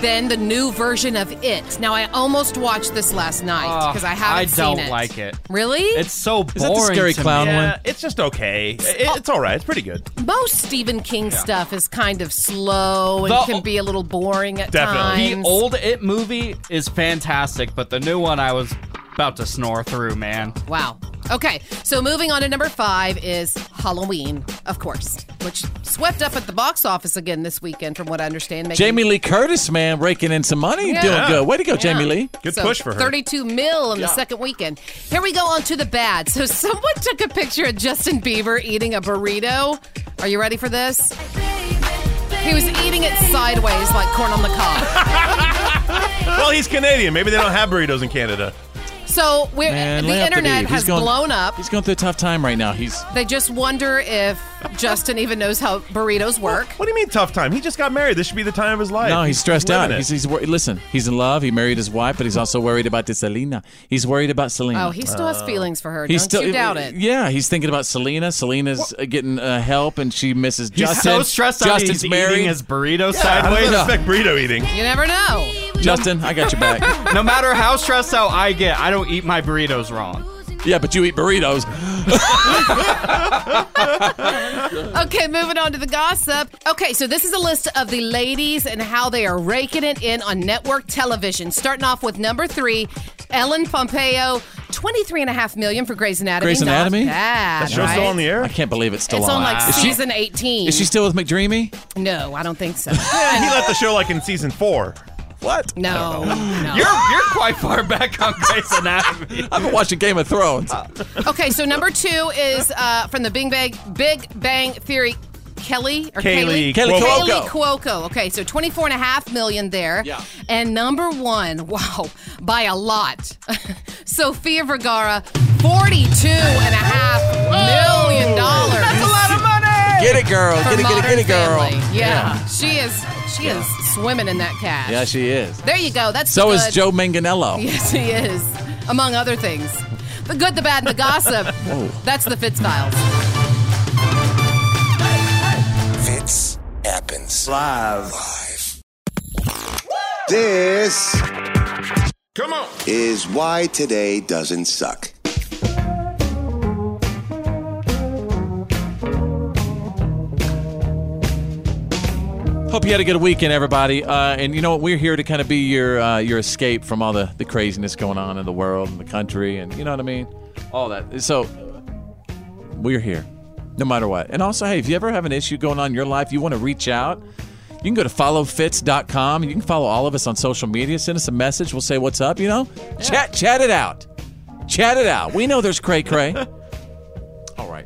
Speaker 11: then the new version of It. Now I almost watched this last night because I haven't
Speaker 10: I don't
Speaker 11: seen it.
Speaker 10: like it.
Speaker 11: Really?
Speaker 10: It's so boring.
Speaker 9: Is that the scary
Speaker 10: to me.
Speaker 9: clown
Speaker 10: Yeah.
Speaker 9: one?
Speaker 8: It's just okay. It- it's all right. It's pretty good.
Speaker 11: Most Stephen King
Speaker 10: Yeah.
Speaker 11: stuff is kind of slow and
Speaker 10: The-
Speaker 11: can be a little boring at times.
Speaker 10: The old It movie is fantastic, but the new one I was about to snore through, man.
Speaker 11: Wow. Okay, so moving on to number five is Halloween, of course, which swept up at the box office again this weekend, from what I understand. making-
Speaker 9: Jamie Lee Curtis, man, raking in some money,
Speaker 11: Yeah.
Speaker 9: doing good. Way to go,
Speaker 11: Yeah.
Speaker 9: Jamie Lee.
Speaker 11: So, 32 mil in the
Speaker 9: Yeah.
Speaker 11: second weekend. Here we go on to the bad. So someone took a picture of Justin Bieber eating a burrito. Are you ready for this? He was eating it sideways like corn on the cob.
Speaker 8: Well, he's Canadian. Maybe they don't have burritos in Canada.
Speaker 11: So we're,
Speaker 9: Man, lay
Speaker 11: the
Speaker 9: off the dude.
Speaker 11: internet
Speaker 9: He's
Speaker 11: has
Speaker 9: going-
Speaker 11: blown up.
Speaker 9: He's going through a tough time right now. He's
Speaker 11: They just wonder if Justin even knows how burritos work.
Speaker 8: What do you mean tough time? He just got married. This should be the time of his life.
Speaker 9: No, he's stressed out.
Speaker 8: living it.
Speaker 9: He's, he's wor- listen. He's in love. He married his wife, but he's also worried about this Selena. He's worried about Selena.
Speaker 11: Oh, he still has feelings for her.
Speaker 9: He's
Speaker 11: Don't you doubt it.
Speaker 9: Yeah, he's thinking about Selena. Selena's uh getting uh, help, and she misses
Speaker 10: He's
Speaker 9: Justin.
Speaker 10: so stressed out that
Speaker 9: Justin's
Speaker 10: he's
Speaker 9: married.
Speaker 10: eating his burrito
Speaker 9: I don't
Speaker 10: sideways.
Speaker 9: expect
Speaker 8: burrito eating.
Speaker 11: You never know.
Speaker 9: Justin, I got your back.
Speaker 10: no matter how stressed out I get, I don't eat my burritos wrong.
Speaker 9: Yeah, but you eat burritos.
Speaker 11: Okay, moving on to the gossip. Okay, so this is a list of the ladies and how they are raking it in on network television. Starting off with number three, Ellen Pompeo, 23 and a half million for Grey's Anatomy.
Speaker 9: Grey's
Speaker 11: Not
Speaker 9: Anatomy.
Speaker 11: bad, right?
Speaker 9: the air. I can't believe it's still
Speaker 11: It's on like
Speaker 9: Is she-
Speaker 11: season 18.
Speaker 9: Is she still with McDreamy?
Speaker 11: No, I don't think so.
Speaker 8: Yeah, he left the show like in season four.
Speaker 9: What?
Speaker 11: No. no.
Speaker 10: You're you're quite far back on Grey's Anatomy.
Speaker 9: I've been watching Game of Thrones.
Speaker 11: Uh, okay, so number two is uh, from the Bing Bang Big Bang Theory. Kelly or
Speaker 9: Kaylee
Speaker 11: Kaylee?
Speaker 9: Kelly Cuoco.
Speaker 11: Kaylee Cuoco. Okay, so 24 and a half million there.
Speaker 9: Yeah.
Speaker 11: And number one, wow, by a lot. Sophia Vergara, 42 and a half million dollars. That's a lot of money.
Speaker 9: Get it, girl.
Speaker 11: For
Speaker 9: Get it, get it, get it, girl.
Speaker 11: Modern Family. Yeah.
Speaker 9: Yeah.
Speaker 11: She is she is swimming in that cash.
Speaker 9: Yeah, she is.
Speaker 11: There you go. That's
Speaker 9: So is
Speaker 11: good.
Speaker 9: Joe Manganello.
Speaker 11: Yes, he is, among other things. The good, the bad, and the gossip.
Speaker 9: Whoa.
Speaker 11: That's the Fitz Files.
Speaker 6: Fits happens live. Live. This. Come on. Is why today doesn't suck.
Speaker 9: Hope you had a good weekend, everybody. Uh, and you know what? We're here to kind of be your uh, your escape from all the, the craziness going on in the world and the country, and you know what I mean, all that. So uh, we're here, no matter what. And also, hey, if you ever have an issue going on in your life, you want to reach out. You can go to followfits.com. You can follow all of us on social media. Send us a message. We'll say what's up, you know? Chat chat it out. Chat it out. We know there's cray cray. all right.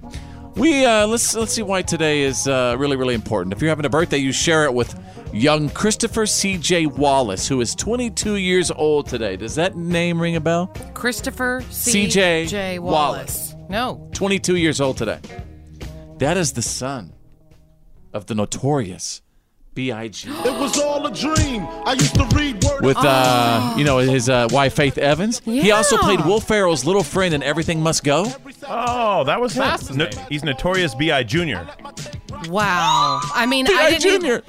Speaker 9: We uh, let's let's see why today is uh, really really important. If you're having a birthday, you share it with young Christopher C.J. Wallace, who is 22 years old today. Does that name ring a bell?
Speaker 11: Christopher C.
Speaker 9: C.J.
Speaker 11: J.
Speaker 9: Wallace.
Speaker 11: No.
Speaker 9: 22 years old today. That is the son of the notorious B.I.G.
Speaker 21: It was all a dream. I used to read word Ah.
Speaker 9: with uh, you know his uh, wife Faith Evans. He also
Speaker 21: Yeah.
Speaker 9: played Will Ferrell's little friend in Everything Must Go.
Speaker 8: Oh, that was him. No,
Speaker 9: Fascinating.
Speaker 8: he's Notorious B.I. Junior.
Speaker 11: Wow. I mean, I
Speaker 10: P.I.
Speaker 11: didn't.
Speaker 9: Junior.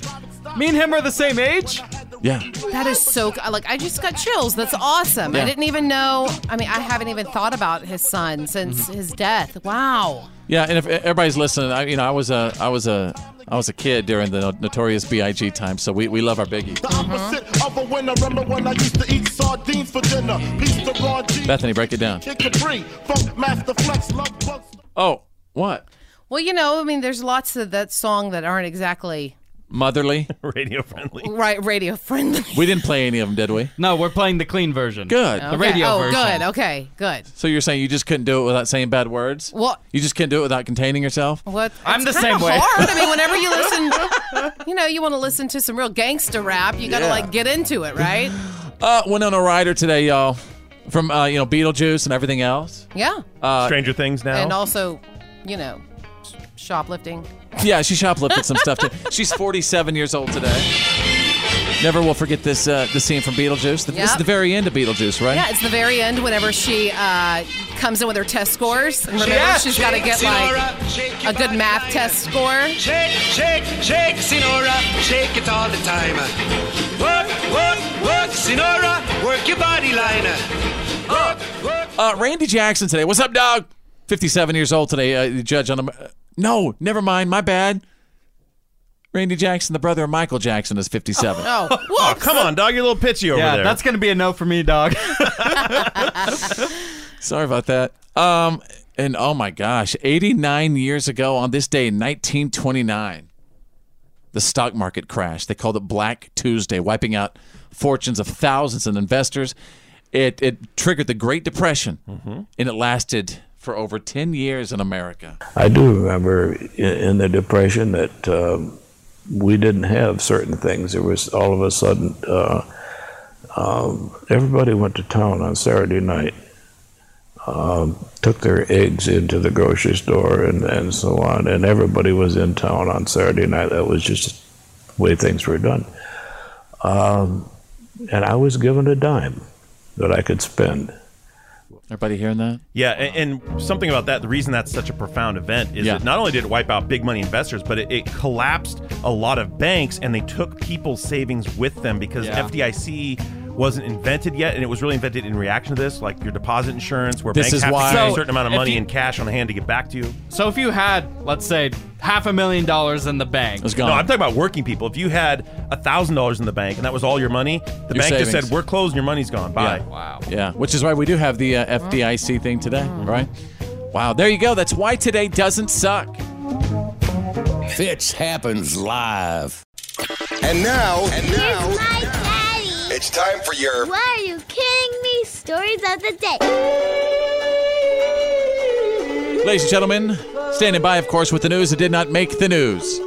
Speaker 10: Me and him are the same age.
Speaker 9: Yeah.
Speaker 11: That is so. Like, I just got chills. That's awesome.
Speaker 9: Yeah.
Speaker 11: I didn't even know. I mean, I haven't even thought about his son since his death. Wow.
Speaker 9: Yeah, and if everybody's listening, I, you know I was a I was a I was a kid during the Notorious B.I.G. time, so we, we love our Biggie.
Speaker 21: the opposite of a winner. Remember when I used to eat sardines for dinner? Piece of raw G,
Speaker 9: Bethany, break it down.
Speaker 21: kick Capri, funk, master flex, love bugs.
Speaker 9: Oh, what?
Speaker 11: Well, you know, I mean, there's lots of that song that aren't exactly
Speaker 9: Motherly,
Speaker 8: radio friendly.
Speaker 11: right radio friendly.
Speaker 9: We didn't play any of them, did we?
Speaker 10: No, we're playing the clean version.
Speaker 9: Good.
Speaker 11: Okay. oh, good. Okay, good.
Speaker 9: So you're saying you just couldn't do it without saying bad words?
Speaker 11: Well-
Speaker 9: You just couldn't do it without containing yourself?
Speaker 11: What?
Speaker 9: I'm
Speaker 11: it's
Speaker 9: the
Speaker 11: kinda
Speaker 9: same way.
Speaker 11: Hard. I mean, whenever you listen, you know, you want to listen to some real gangster rap. You got to
Speaker 9: Yeah.
Speaker 11: like get into it, right?
Speaker 9: Uh, Winona Ryder today, y'all, from uh, you know Beetlejuice and everything else.
Speaker 11: Yeah.
Speaker 9: Uh,
Speaker 8: Stranger Things now.
Speaker 11: And also, you know, sh- shoplifting.
Speaker 9: Yeah, she shoplifted some stuff too. She's 47 years old today. Never will forget this uh, the scene from Beetlejuice. The- This is
Speaker 11: Yep.
Speaker 9: the very end of Beetlejuice, right?
Speaker 11: Yeah, it's the very end whenever she uh, comes in with her test scores. And remember,
Speaker 22: Yeah.
Speaker 11: she's got to get like a good math test score.
Speaker 22: Shake, shake, shake, Sinora, shake it all the time. Work, work, work, Sinora, work your body line. Work, work.
Speaker 9: Uh, Randy Jackson today. What's up, dog? 57 years old today. Uh, the judge on the. no, never mind. My bad. Randy Jackson, the brother of Michael Jackson, is 57.
Speaker 11: Oh,
Speaker 8: Oh, come on, dog. You're a little pitchy over
Speaker 10: yeah,
Speaker 8: there.
Speaker 10: that's gonna be a no for me, dog.
Speaker 9: Sorry about that. Um, and oh my gosh, 89 years ago on this day in 1929, the stock market crashed. They called it Black Tuesday, wiping out fortunes of thousands of investors. It it triggered the Great Depression,
Speaker 8: Mm-hmm.
Speaker 9: and it lasted for over 10 years in America.
Speaker 23: I do remember in, in the Depression that um, we didn't have certain things. There was all of a sudden, uh, um, everybody went to town on Saturday night, um, took their eggs into the grocery store and, and so on, and everybody was in town on Saturday night. That was just the way things were done. Um, and I was given a dime that I could spend.
Speaker 9: Everybody hearing that?
Speaker 8: Yeah, a- and, and something about that, the reason that's such a profound event is that not only did it wipe out big money investors, but it, it collapsed a lot of banks and they took people's savings with them because
Speaker 9: Yeah.
Speaker 8: FDIC wasn't invented yet and it was really invented in reaction to this, like your deposit insurance, where
Speaker 9: This
Speaker 8: banks
Speaker 9: is
Speaker 8: have
Speaker 9: why-
Speaker 8: to keep a
Speaker 9: So,
Speaker 8: certain amount of
Speaker 10: if
Speaker 8: money
Speaker 10: you-
Speaker 8: in cash on hand to get back to you.
Speaker 10: so if you had, let's say, half a million dollars in the bank,
Speaker 8: No, I'm talking about working people. If you had $1,000 in the bank and that was all your money, the
Speaker 9: Your
Speaker 8: bank just
Speaker 9: savings.
Speaker 8: said, we're closed, your money's gone. Bye. Wow.
Speaker 9: Yeah, which is why we do have the uh, FDIC thing today,
Speaker 8: Mm-hmm.
Speaker 9: right? Wow, there you go. That's why today doesn't suck.
Speaker 24: Fitch happens live.
Speaker 6: And now, and now,
Speaker 2: My daddy.
Speaker 6: it's time for your
Speaker 2: Why are you kidding me? Stories of the day.
Speaker 9: Ladies and gentlemen, standing by, of course, with the news that did not make the news.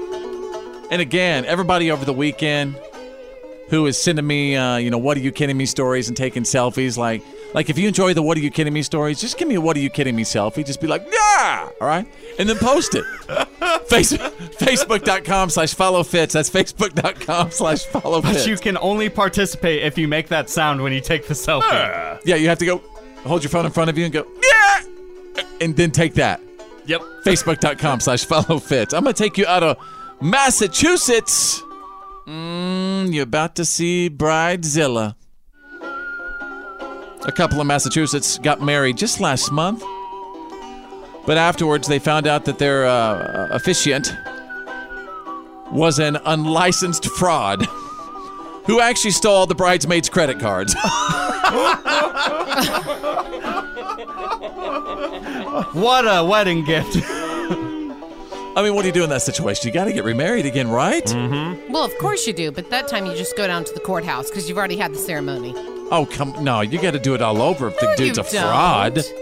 Speaker 9: And again, everybody over the weekend who is sending me, uh, you know, what are you kidding me stories and taking selfies. Like, like if you enjoy the what are you kidding me stories, just give me a what are you kidding me selfie. Just be like, yeah, all right, and then post it. Face- Facebook.com slash follow fits. That's Facebook.com slash follow
Speaker 10: But
Speaker 9: fits.
Speaker 10: you can only participate if you make that sound when you take the selfie.
Speaker 9: Yeah, you have to go hold your phone in front of you and go, yeah, and then take that.
Speaker 10: Yep.
Speaker 9: Facebook.com slash follow fits. I'm going to take you out of Massachusetts. Mm, you're about to see Bridezilla. A couple in Massachusetts got married just last month, but afterwards they found out that their uh, officiant was an unlicensed fraud who actually stole all the bridesmaids' credit cards.
Speaker 10: What a wedding gift.
Speaker 9: I mean, what do you do in that situation? You got to get remarried again, right? Mm-hmm.
Speaker 11: Well, of course you do, but that time you just go down to the courthouse because you've already had the ceremony.
Speaker 9: Oh, come no, you got to do it all over if the
Speaker 11: No,
Speaker 9: dude's
Speaker 11: you
Speaker 9: a fraud.
Speaker 11: don't.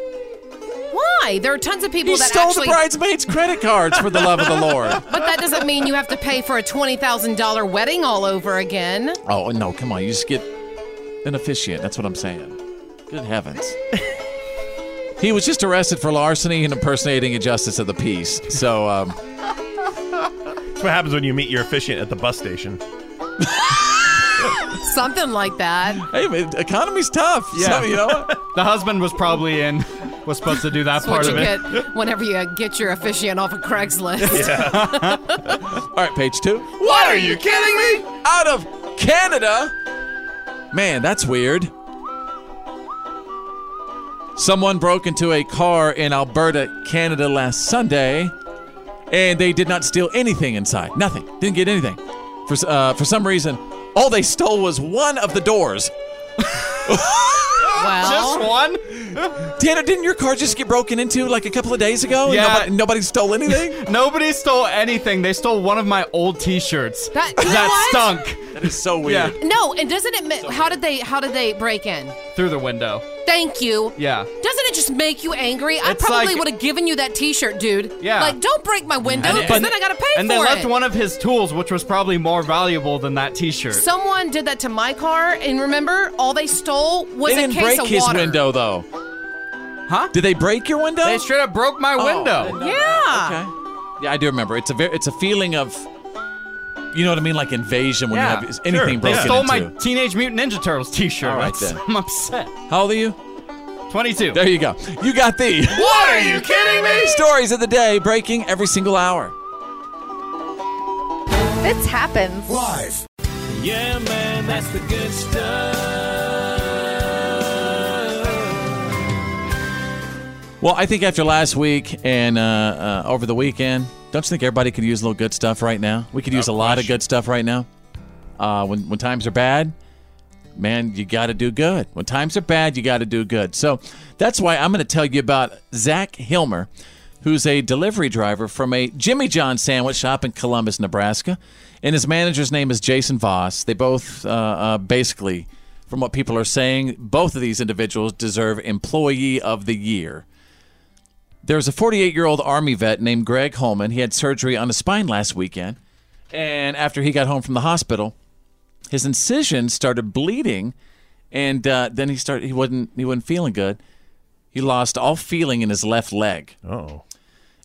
Speaker 11: Why? There are tons of people
Speaker 9: He
Speaker 11: that
Speaker 9: stole
Speaker 11: actually.
Speaker 9: the bridesmaids' credit cards for the love of the Lord.
Speaker 11: But that doesn't mean you have to pay for a twenty thousand dollar wedding all over again.
Speaker 9: Oh no, come on, you just get an officiant. That's what I'm saying. Good heavens. he was just arrested for larceny and impersonating a justice of the peace. So um,
Speaker 8: That's what happens when you meet your officiant at the bus station.
Speaker 11: Something like that.
Speaker 9: Hey, man, economy's tough.
Speaker 10: Yeah,
Speaker 11: So, you know
Speaker 10: the husband was probably in. Was supposed to do that
Speaker 11: That's
Speaker 10: part
Speaker 11: what you
Speaker 10: of it.
Speaker 11: get whenever you get your officiant off of Craigslist.
Speaker 9: all right, page two.
Speaker 11: What are you kidding me?
Speaker 9: Out of Canada? Man, that's weird. Someone broke into a car in Alberta, Canada last Sunday, and they did not steal anything inside. Nothing. Didn't get anything. For, s- uh, for some reason, all they stole was one of the doors.
Speaker 11: Well,
Speaker 10: Just one?
Speaker 9: Tanner, didn't your car just get broken into like a couple of days ago? and
Speaker 10: Yeah.
Speaker 9: nobody, nobody stole anything?
Speaker 10: Nobody stole anything. They stole one of my old T-shirts.
Speaker 11: That- you know
Speaker 10: that
Speaker 11: what?
Speaker 10: stunk.
Speaker 9: That is so
Speaker 10: weird.
Speaker 11: no, and doesn't it? Ma- how did they? How did they break in?
Speaker 10: Through the window.
Speaker 11: Thank you.
Speaker 10: Yeah.
Speaker 11: Doesn't it just make you angry? I
Speaker 10: It's
Speaker 11: probably
Speaker 10: like-
Speaker 11: would have given you that T-shirt, dude.
Speaker 10: Yeah.
Speaker 11: Like, don't break my window,
Speaker 10: And it-
Speaker 11: because then I gotta pay
Speaker 10: And
Speaker 11: for
Speaker 10: they
Speaker 11: it.
Speaker 10: left one of his tools, which was probably more valuable than that T-shirt.
Speaker 11: Someone did that to my car, and remember, all they stole was
Speaker 9: they
Speaker 11: a
Speaker 9: didn't
Speaker 11: case
Speaker 9: break
Speaker 11: of
Speaker 9: his
Speaker 11: water.
Speaker 9: window, though. Huh? Did they break your window?
Speaker 10: They straight up broke my
Speaker 9: Oh, I
Speaker 10: window.
Speaker 9: didn't know
Speaker 11: Yeah.
Speaker 9: Yeah, I do remember. It's a very, it's a feeling of, you know what I mean, like invasion when you have anything
Speaker 10: They
Speaker 9: broken
Speaker 10: stole
Speaker 9: into.
Speaker 10: my Teenage Mutant Ninja Turtles T-shirt.
Speaker 9: All right,
Speaker 10: That's-
Speaker 9: then.
Speaker 10: I'm upset.
Speaker 9: How old are you?
Speaker 10: 22.
Speaker 9: There you go. You got the.
Speaker 10: What are you kidding me?
Speaker 9: Stories of the day breaking every single hour.
Speaker 13: This happens.
Speaker 6: Live.
Speaker 3: Yeah, man, that's the good stuff.
Speaker 9: Well, I think after last week and uh, uh, over the weekend, don't you think everybody could use a little good stuff right now? We could use a lot of good stuff right now. Uh, when when times are bad, man, you got to do good. When times are bad, you got to do good. So that's why I'm going to tell you about Zach Hilmer, who's a delivery driver from a Jimmy John sandwich shop in Columbus, Nebraska, and his manager's name is Jason Voss. They both uh, uh, basically, from what people are saying, both of these individuals deserve Employee of the Year. There's a 48 year old Army vet named Greg Holman. He had surgery on his spine last weekend. And after he got home from the hospital, his incision started bleeding. And uh, then he started, he wasn't, he wasn't feeling good. He lost all feeling in his left leg.
Speaker 8: Oh.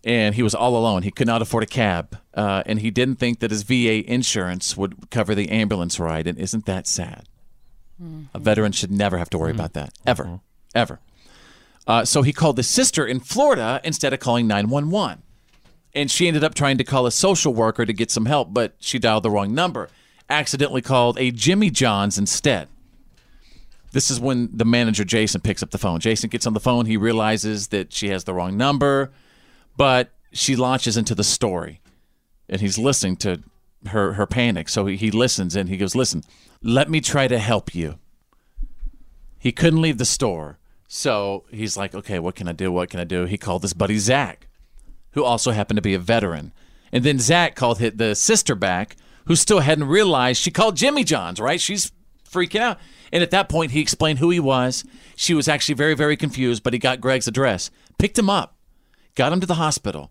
Speaker 9: And he was all alone. He could not afford a cab. Uh, and he didn't think that his VA insurance would cover the ambulance ride. And isn't that sad?
Speaker 10: Hmm.
Speaker 9: A veteran should never have to worry about that, ever, ever. Uh, so he called his sister in Florida instead of calling 911. And she ended up trying to call a social worker to get some help, but she dialed the wrong number, accidentally called a Jimmy John's instead. This is when the manager, Jason, picks up the phone. Jason gets on the phone. He realizes that she has the wrong number, but she launches into the story and he's listening to her her panic. So he, he listens and he goes, "Listen, let me try to help you." He couldn't leave the store, so he's like, "Okay, what can I do? What can I do?" He called his buddy Zach, who also happened to be a veteran, and then Zach called hit the sister back, who still hadn't realized she called Jimmy John's. Right? She's freaking out. And at that point, he explained who he was. She was actually very, very confused, but he got Greg's address, picked him up, got him to the hospital,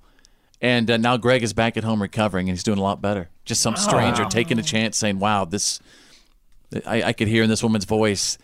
Speaker 9: and uh, now Greg is back at home recovering, and he's doing a lot better. Just some stranger
Speaker 25: wow.
Speaker 9: taking a chance, saying, "Wow, this." I, I could hear in this woman's voice,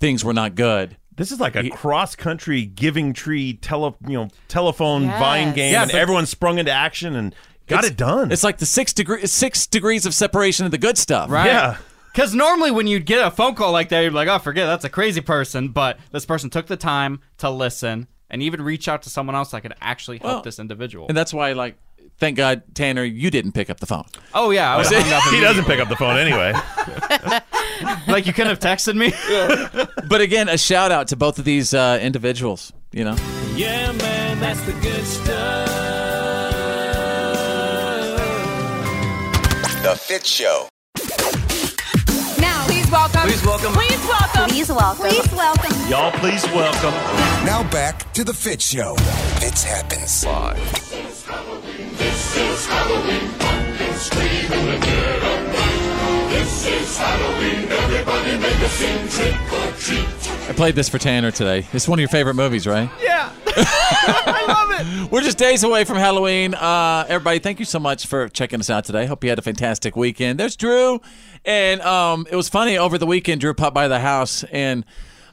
Speaker 9: things were not good.
Speaker 8: This is like a cross country giving tree tele, you know, telephone vine
Speaker 9: Yes.
Speaker 8: game,
Speaker 9: Yeah,
Speaker 8: and
Speaker 9: but-
Speaker 8: everyone sprung into action and got
Speaker 9: It's-
Speaker 8: it done.
Speaker 9: It's like the six degree, six degrees of separation of the good stuff.
Speaker 10: Right. Because normally when you'd get a phone call like that, you'd be like, oh, forget it, that's a crazy person. But this person took the time to listen and even reach out to someone else that could actually help
Speaker 9: Well,
Speaker 10: this individual.
Speaker 9: and that's why, like, thank God, Tanner, you didn't pick up the phone.
Speaker 10: oh, yeah. I was hung up
Speaker 8: he doesn't pick up the phone anyway.
Speaker 10: like, you couldn't have texted me.
Speaker 9: But again, a shout out to both of these uh, individuals. You know,
Speaker 3: Yeah, man, that's the good stuff.
Speaker 6: The Fit Show.
Speaker 13: Now, please welcome. Please welcome. Please welcome. Please welcome. Please welcome.
Speaker 6: Y'all, please welcome. Now back to The Fit Show. Fits happens. Live.
Speaker 25: This is Halloween. Pumpkins scream in the dead of night. This is Halloween. Everybody make a scene. Trick or treat.
Speaker 9: I played this for Tanner today. It's one of your favorite movies, right?
Speaker 25: Yeah.
Speaker 9: We're just days away from Halloween. Uh, everybody, thank you so much for checking us out today. Hope you had a fantastic weekend. There's Drew, and um, it was funny over the weekend. Drew popped by the house, and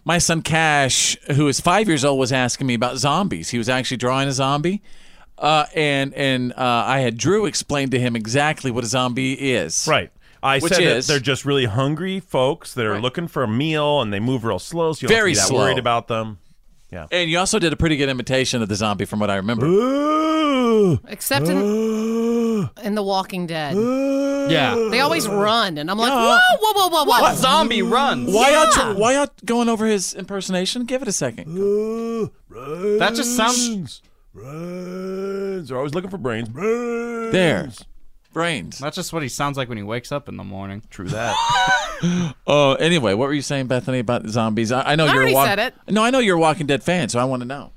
Speaker 9: my son Cash, who is five years old, was asking me about zombies. He was actually drawing a zombie, uh, and and uh, I had Drew explain to him exactly what a zombie is.
Speaker 8: Right. I
Speaker 9: which
Speaker 8: said
Speaker 9: is
Speaker 8: that they're just really hungry folks that are looking for a meal and they move real slow, so you don't
Speaker 9: Very
Speaker 8: have to be that
Speaker 9: slow.
Speaker 8: worried about them. Yeah.
Speaker 9: And you also did a pretty good imitation of the zombie, from what I remember.
Speaker 11: Except in, in The Walking Dead.
Speaker 9: Yeah.
Speaker 11: They always run, and I'm like, whoa, whoa, whoa, whoa, whoa.
Speaker 9: Why
Speaker 11: Yeah.
Speaker 9: y'all? Why y'all going over his impersonation? Give it a second.
Speaker 8: That just sounds. Brains. They're always looking for brains. Brains.
Speaker 9: There. Brains.
Speaker 10: That's just what he sounds like when he wakes up in the morning.
Speaker 8: True that.
Speaker 9: Oh, anyway, what were you saying, Bethany, about zombies? I, I know
Speaker 11: I
Speaker 9: you're. a
Speaker 11: already
Speaker 9: walk-
Speaker 11: said it.
Speaker 9: No, I know you're a Walking Dead fan, so I want to know.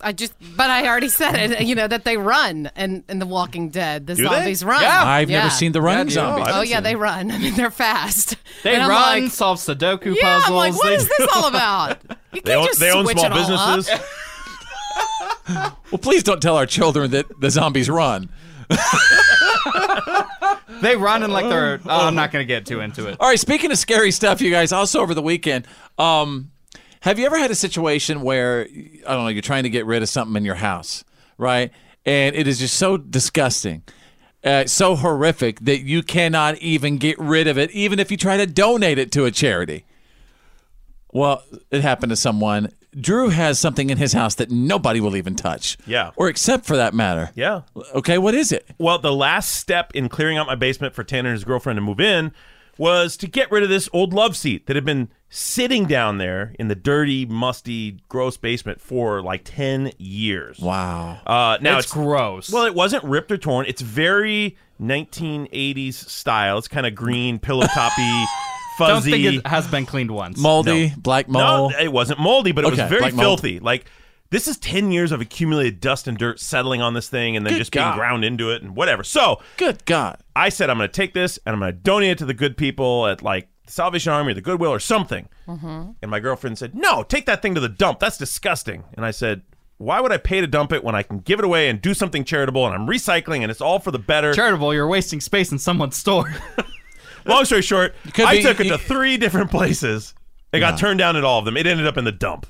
Speaker 11: I just, but I already said it. You know that they run, and in The Walking Dead, the
Speaker 9: Do they?
Speaker 11: zombies run.
Speaker 9: Yeah. I've never seen the running
Speaker 11: Yeah, I do.
Speaker 9: zombies.
Speaker 11: Oh
Speaker 9: I've
Speaker 11: yeah, they run. I mean, they're fast.
Speaker 10: They
Speaker 11: And I'm
Speaker 10: run,
Speaker 11: like,
Speaker 10: solve Sudoku
Speaker 11: yeah,
Speaker 10: puzzles.
Speaker 11: I'm like, what
Speaker 10: they
Speaker 11: is this
Speaker 10: do-
Speaker 11: all about? You
Speaker 8: They
Speaker 11: can't
Speaker 8: own-
Speaker 11: just
Speaker 8: they own
Speaker 11: switch
Speaker 8: small
Speaker 11: it all up.
Speaker 8: businesses.
Speaker 9: Well, please don't tell our children that the zombies run.
Speaker 10: They run and like they're. Oh, I'm not gonna get too into it.
Speaker 9: All right, speaking of scary stuff, you guys, also over the weekend, um, have you ever had a situation where, I don't know, you're trying to get rid of something in your house, right? And it is just so disgusting, uh, so horrific that you cannot even get rid of it, even if you try to donate it to a charity. Well, it happened to someone. Drew has something in his house that nobody will even touch.
Speaker 8: Yeah.
Speaker 9: Or accept for that matter.
Speaker 8: Yeah.
Speaker 9: Okay, what is it?
Speaker 8: Well, the last step in clearing out my basement for Tanner and his girlfriend to move in was to get rid of this old love seat that had been sitting down there in the dirty, musty, gross basement for like 10 years.
Speaker 9: Wow.
Speaker 8: Uh, now
Speaker 10: It's gross.
Speaker 8: Well, it wasn't ripped or torn. It's very 1980s style. It's kind of green, pillow toppy,
Speaker 10: Don't
Speaker 8: fuzzy.
Speaker 10: think it has been cleaned once.
Speaker 9: Moldy, black mold.
Speaker 8: No, it wasn't moldy, but it
Speaker 9: Okay,
Speaker 8: was very
Speaker 9: black mold.
Speaker 8: filthy. Like this is ten years of accumulated dust and dirt settling on this thing, and then
Speaker 9: Good
Speaker 8: just
Speaker 9: God.
Speaker 8: being ground into it and whatever. So
Speaker 9: good God,
Speaker 8: I said I'm going to take this and I'm going to donate it to the good people at like the Salvation Army or the Goodwill or something.
Speaker 26: Mm-hmm.
Speaker 8: And my girlfriend said, "No, take that thing to the dump. That's disgusting." And I said. Why would I pay to dump it when I can give it away and do something charitable and I'm recycling and it's all for the better?
Speaker 10: Charitable, you're wasting space in someone's store.
Speaker 8: Long story short,
Speaker 10: could
Speaker 8: I
Speaker 10: be-
Speaker 8: took it
Speaker 10: you-
Speaker 8: to three different places. It got turned down at all of them. It ended up in the dump.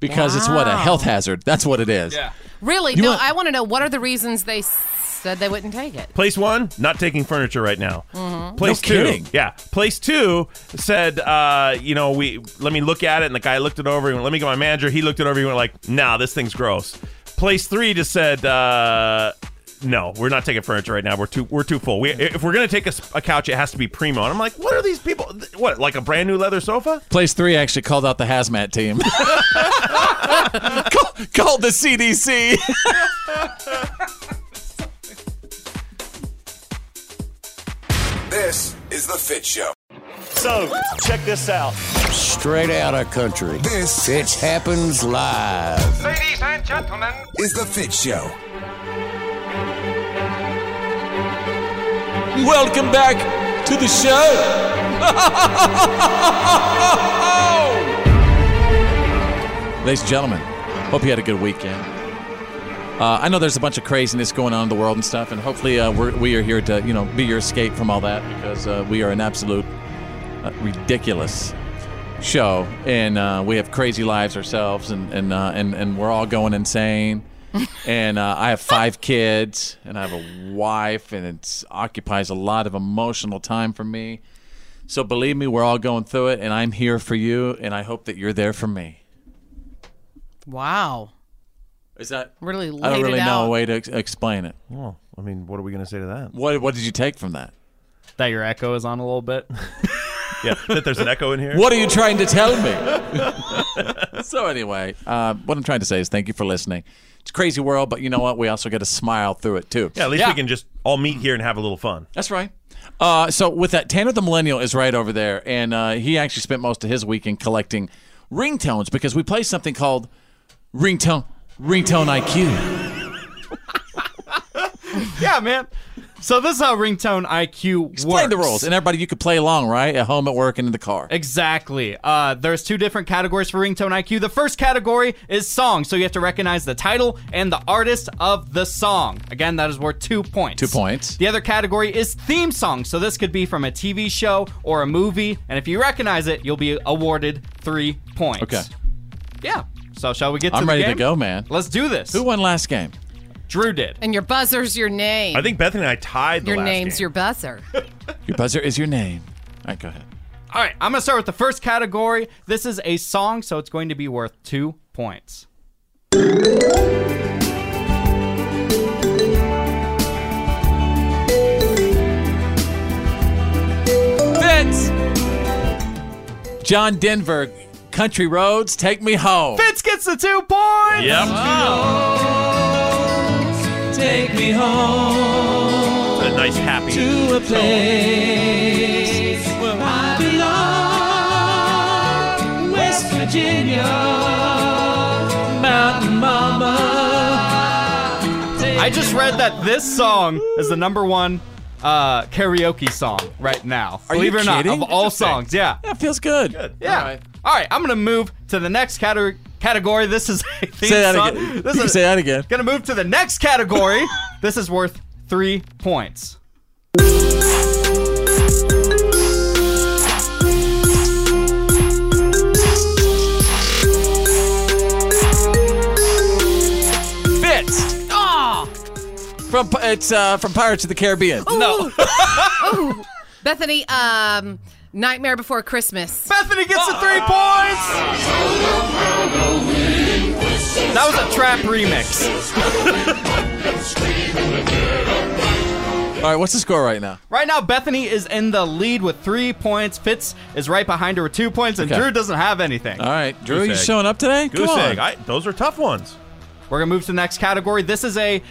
Speaker 9: Because it's what a health hazard. That's what it is.
Speaker 11: Really?
Speaker 8: You
Speaker 11: no,
Speaker 8: want-
Speaker 11: I want to know what are the reasons they s- said they wouldn't take it.
Speaker 8: Place one, not taking furniture right now.
Speaker 11: Mhm.
Speaker 8: Place
Speaker 9: No
Speaker 8: two,
Speaker 9: kidding.
Speaker 8: yeah. Place two said, uh, you know, we let me look at it, and the guy looked it over. He went, let me get my manager. He looked it over. He went like, nah, this thing's gross. Place three just said, uh, no, we're not taking furniture right now. We're too we're too full. We, if we're gonna take a, s- a couch, it has to be primo. And I'm like, what are these people? Th- What like a brand new leather sofa?
Speaker 9: Place three actually called out the hazmat team. Call- called the CDC.
Speaker 6: This is The Fit Show.
Speaker 15: So, check this out.
Speaker 24: Straight out of country. This Fitch happens live.
Speaker 15: Ladies and gentlemen,
Speaker 6: Is The Fit Show.
Speaker 9: Welcome back to the show. Ladies and gentlemen, hope you had a good weekend. Uh, I know there's a bunch of craziness going on in the world and stuff, and hopefully uh, we're, we are here to you know be your escape from all that because uh, we are an absolute uh, ridiculous show, and uh, we have crazy lives ourselves, and and uh, and and we're all going insane. and uh, I have five kids, and I have a wife, and it occupies a lot of emotional time for me. So believe me, we're all going through it, and I'm here for you, and I hope that you're there for me.
Speaker 11: Wow.
Speaker 9: Is that
Speaker 11: really? Laid
Speaker 9: I don't
Speaker 11: it
Speaker 9: really know
Speaker 11: out.
Speaker 9: a way to ex- explain it.
Speaker 8: Well, I mean, what are we going to say to that?
Speaker 9: What What did you take from that?
Speaker 10: That your echo is on a little bit.
Speaker 8: yeah, that there's an echo in here.
Speaker 9: What are you trying to tell me? so anyway, uh, what I'm trying to say is thank you for listening. It's a crazy world, but you know what? We also get to smile through it too.
Speaker 8: Yeah, at least we can just all meet here and have a little fun.
Speaker 9: That's right. Uh, so with that, Tanner the Millennial is right over there, and uh, he actually spent most of his weekend collecting ringtones because we play something called ringtone ringtone IQ.
Speaker 10: yeah, man. So this is how ringtone IQ Explain works.
Speaker 9: Play the roles, and everybody, you could play along, right? At home, at work, and in the car.
Speaker 10: Exactly. Uh, there's two different categories for ringtone IQ. The first category is song, so you have to recognize the title and the artist of the song. Again, that is worth two points.
Speaker 9: Two points.
Speaker 10: The other category is theme song, so this could be from a TV show or a movie, and if you recognize it, you'll be awarded three points.
Speaker 9: Okay.
Speaker 10: Yeah. So shall we get? to
Speaker 9: I'm
Speaker 10: the
Speaker 9: ready to
Speaker 10: game?
Speaker 9: go, man.
Speaker 10: Let's do this.
Speaker 9: Who won last game?
Speaker 10: Drew did.
Speaker 11: And your buzzer's your name.
Speaker 8: I think Bethany and I tied the
Speaker 11: your
Speaker 8: last
Speaker 11: name's
Speaker 8: game.
Speaker 11: your buzzer.
Speaker 9: Your buzzer is your name. All right, go ahead.
Speaker 10: All right, I'm gonna start with the first category. This is a song, so it's going to be worth two points.
Speaker 9: Fitz. John Denver, Country Roads, take me home.
Speaker 10: Fitz gets the two points.
Speaker 9: Yep.
Speaker 11: Oh.
Speaker 3: Take me home
Speaker 8: A nice happy.
Speaker 3: to a
Speaker 8: tone.
Speaker 3: place where I belong. West Virginia, Mountain Mama.
Speaker 10: I just read that this song is the number one uh, karaoke song right now.
Speaker 9: Are you
Speaker 10: Believe it or not,
Speaker 9: kidding?
Speaker 10: of all
Speaker 9: Interesting.
Speaker 10: songs. Yeah.
Speaker 9: That feels good.
Speaker 10: Yeah. All right. I'm gonna move to the next category. Category. This is a theme
Speaker 9: Say that
Speaker 10: song.
Speaker 9: again.
Speaker 10: This
Speaker 9: You
Speaker 10: is
Speaker 9: say that again.
Speaker 10: Gonna move to the next category. this is worth three points.
Speaker 9: Fitz.
Speaker 10: Ah!
Speaker 11: Oh,
Speaker 9: From it's uh, from Pirates of the Caribbean.
Speaker 10: No.
Speaker 11: Ooh. Bethany, um, Nightmare Before Christmas.
Speaker 10: Bethany gets the three points. That was a trap remix.
Speaker 9: All right, what's the score right now?
Speaker 10: Right now, Bethany is in the lead with three points. Fitz is right behind her with two points, and
Speaker 9: Okay.
Speaker 10: Drew doesn't have anything.
Speaker 9: All right, Drew, you
Speaker 8: Goose egg.
Speaker 9: showing up today?
Speaker 8: Goose
Speaker 9: Come on.
Speaker 8: egg. I, those are tough ones.
Speaker 10: We're gonna move to the next category. This is a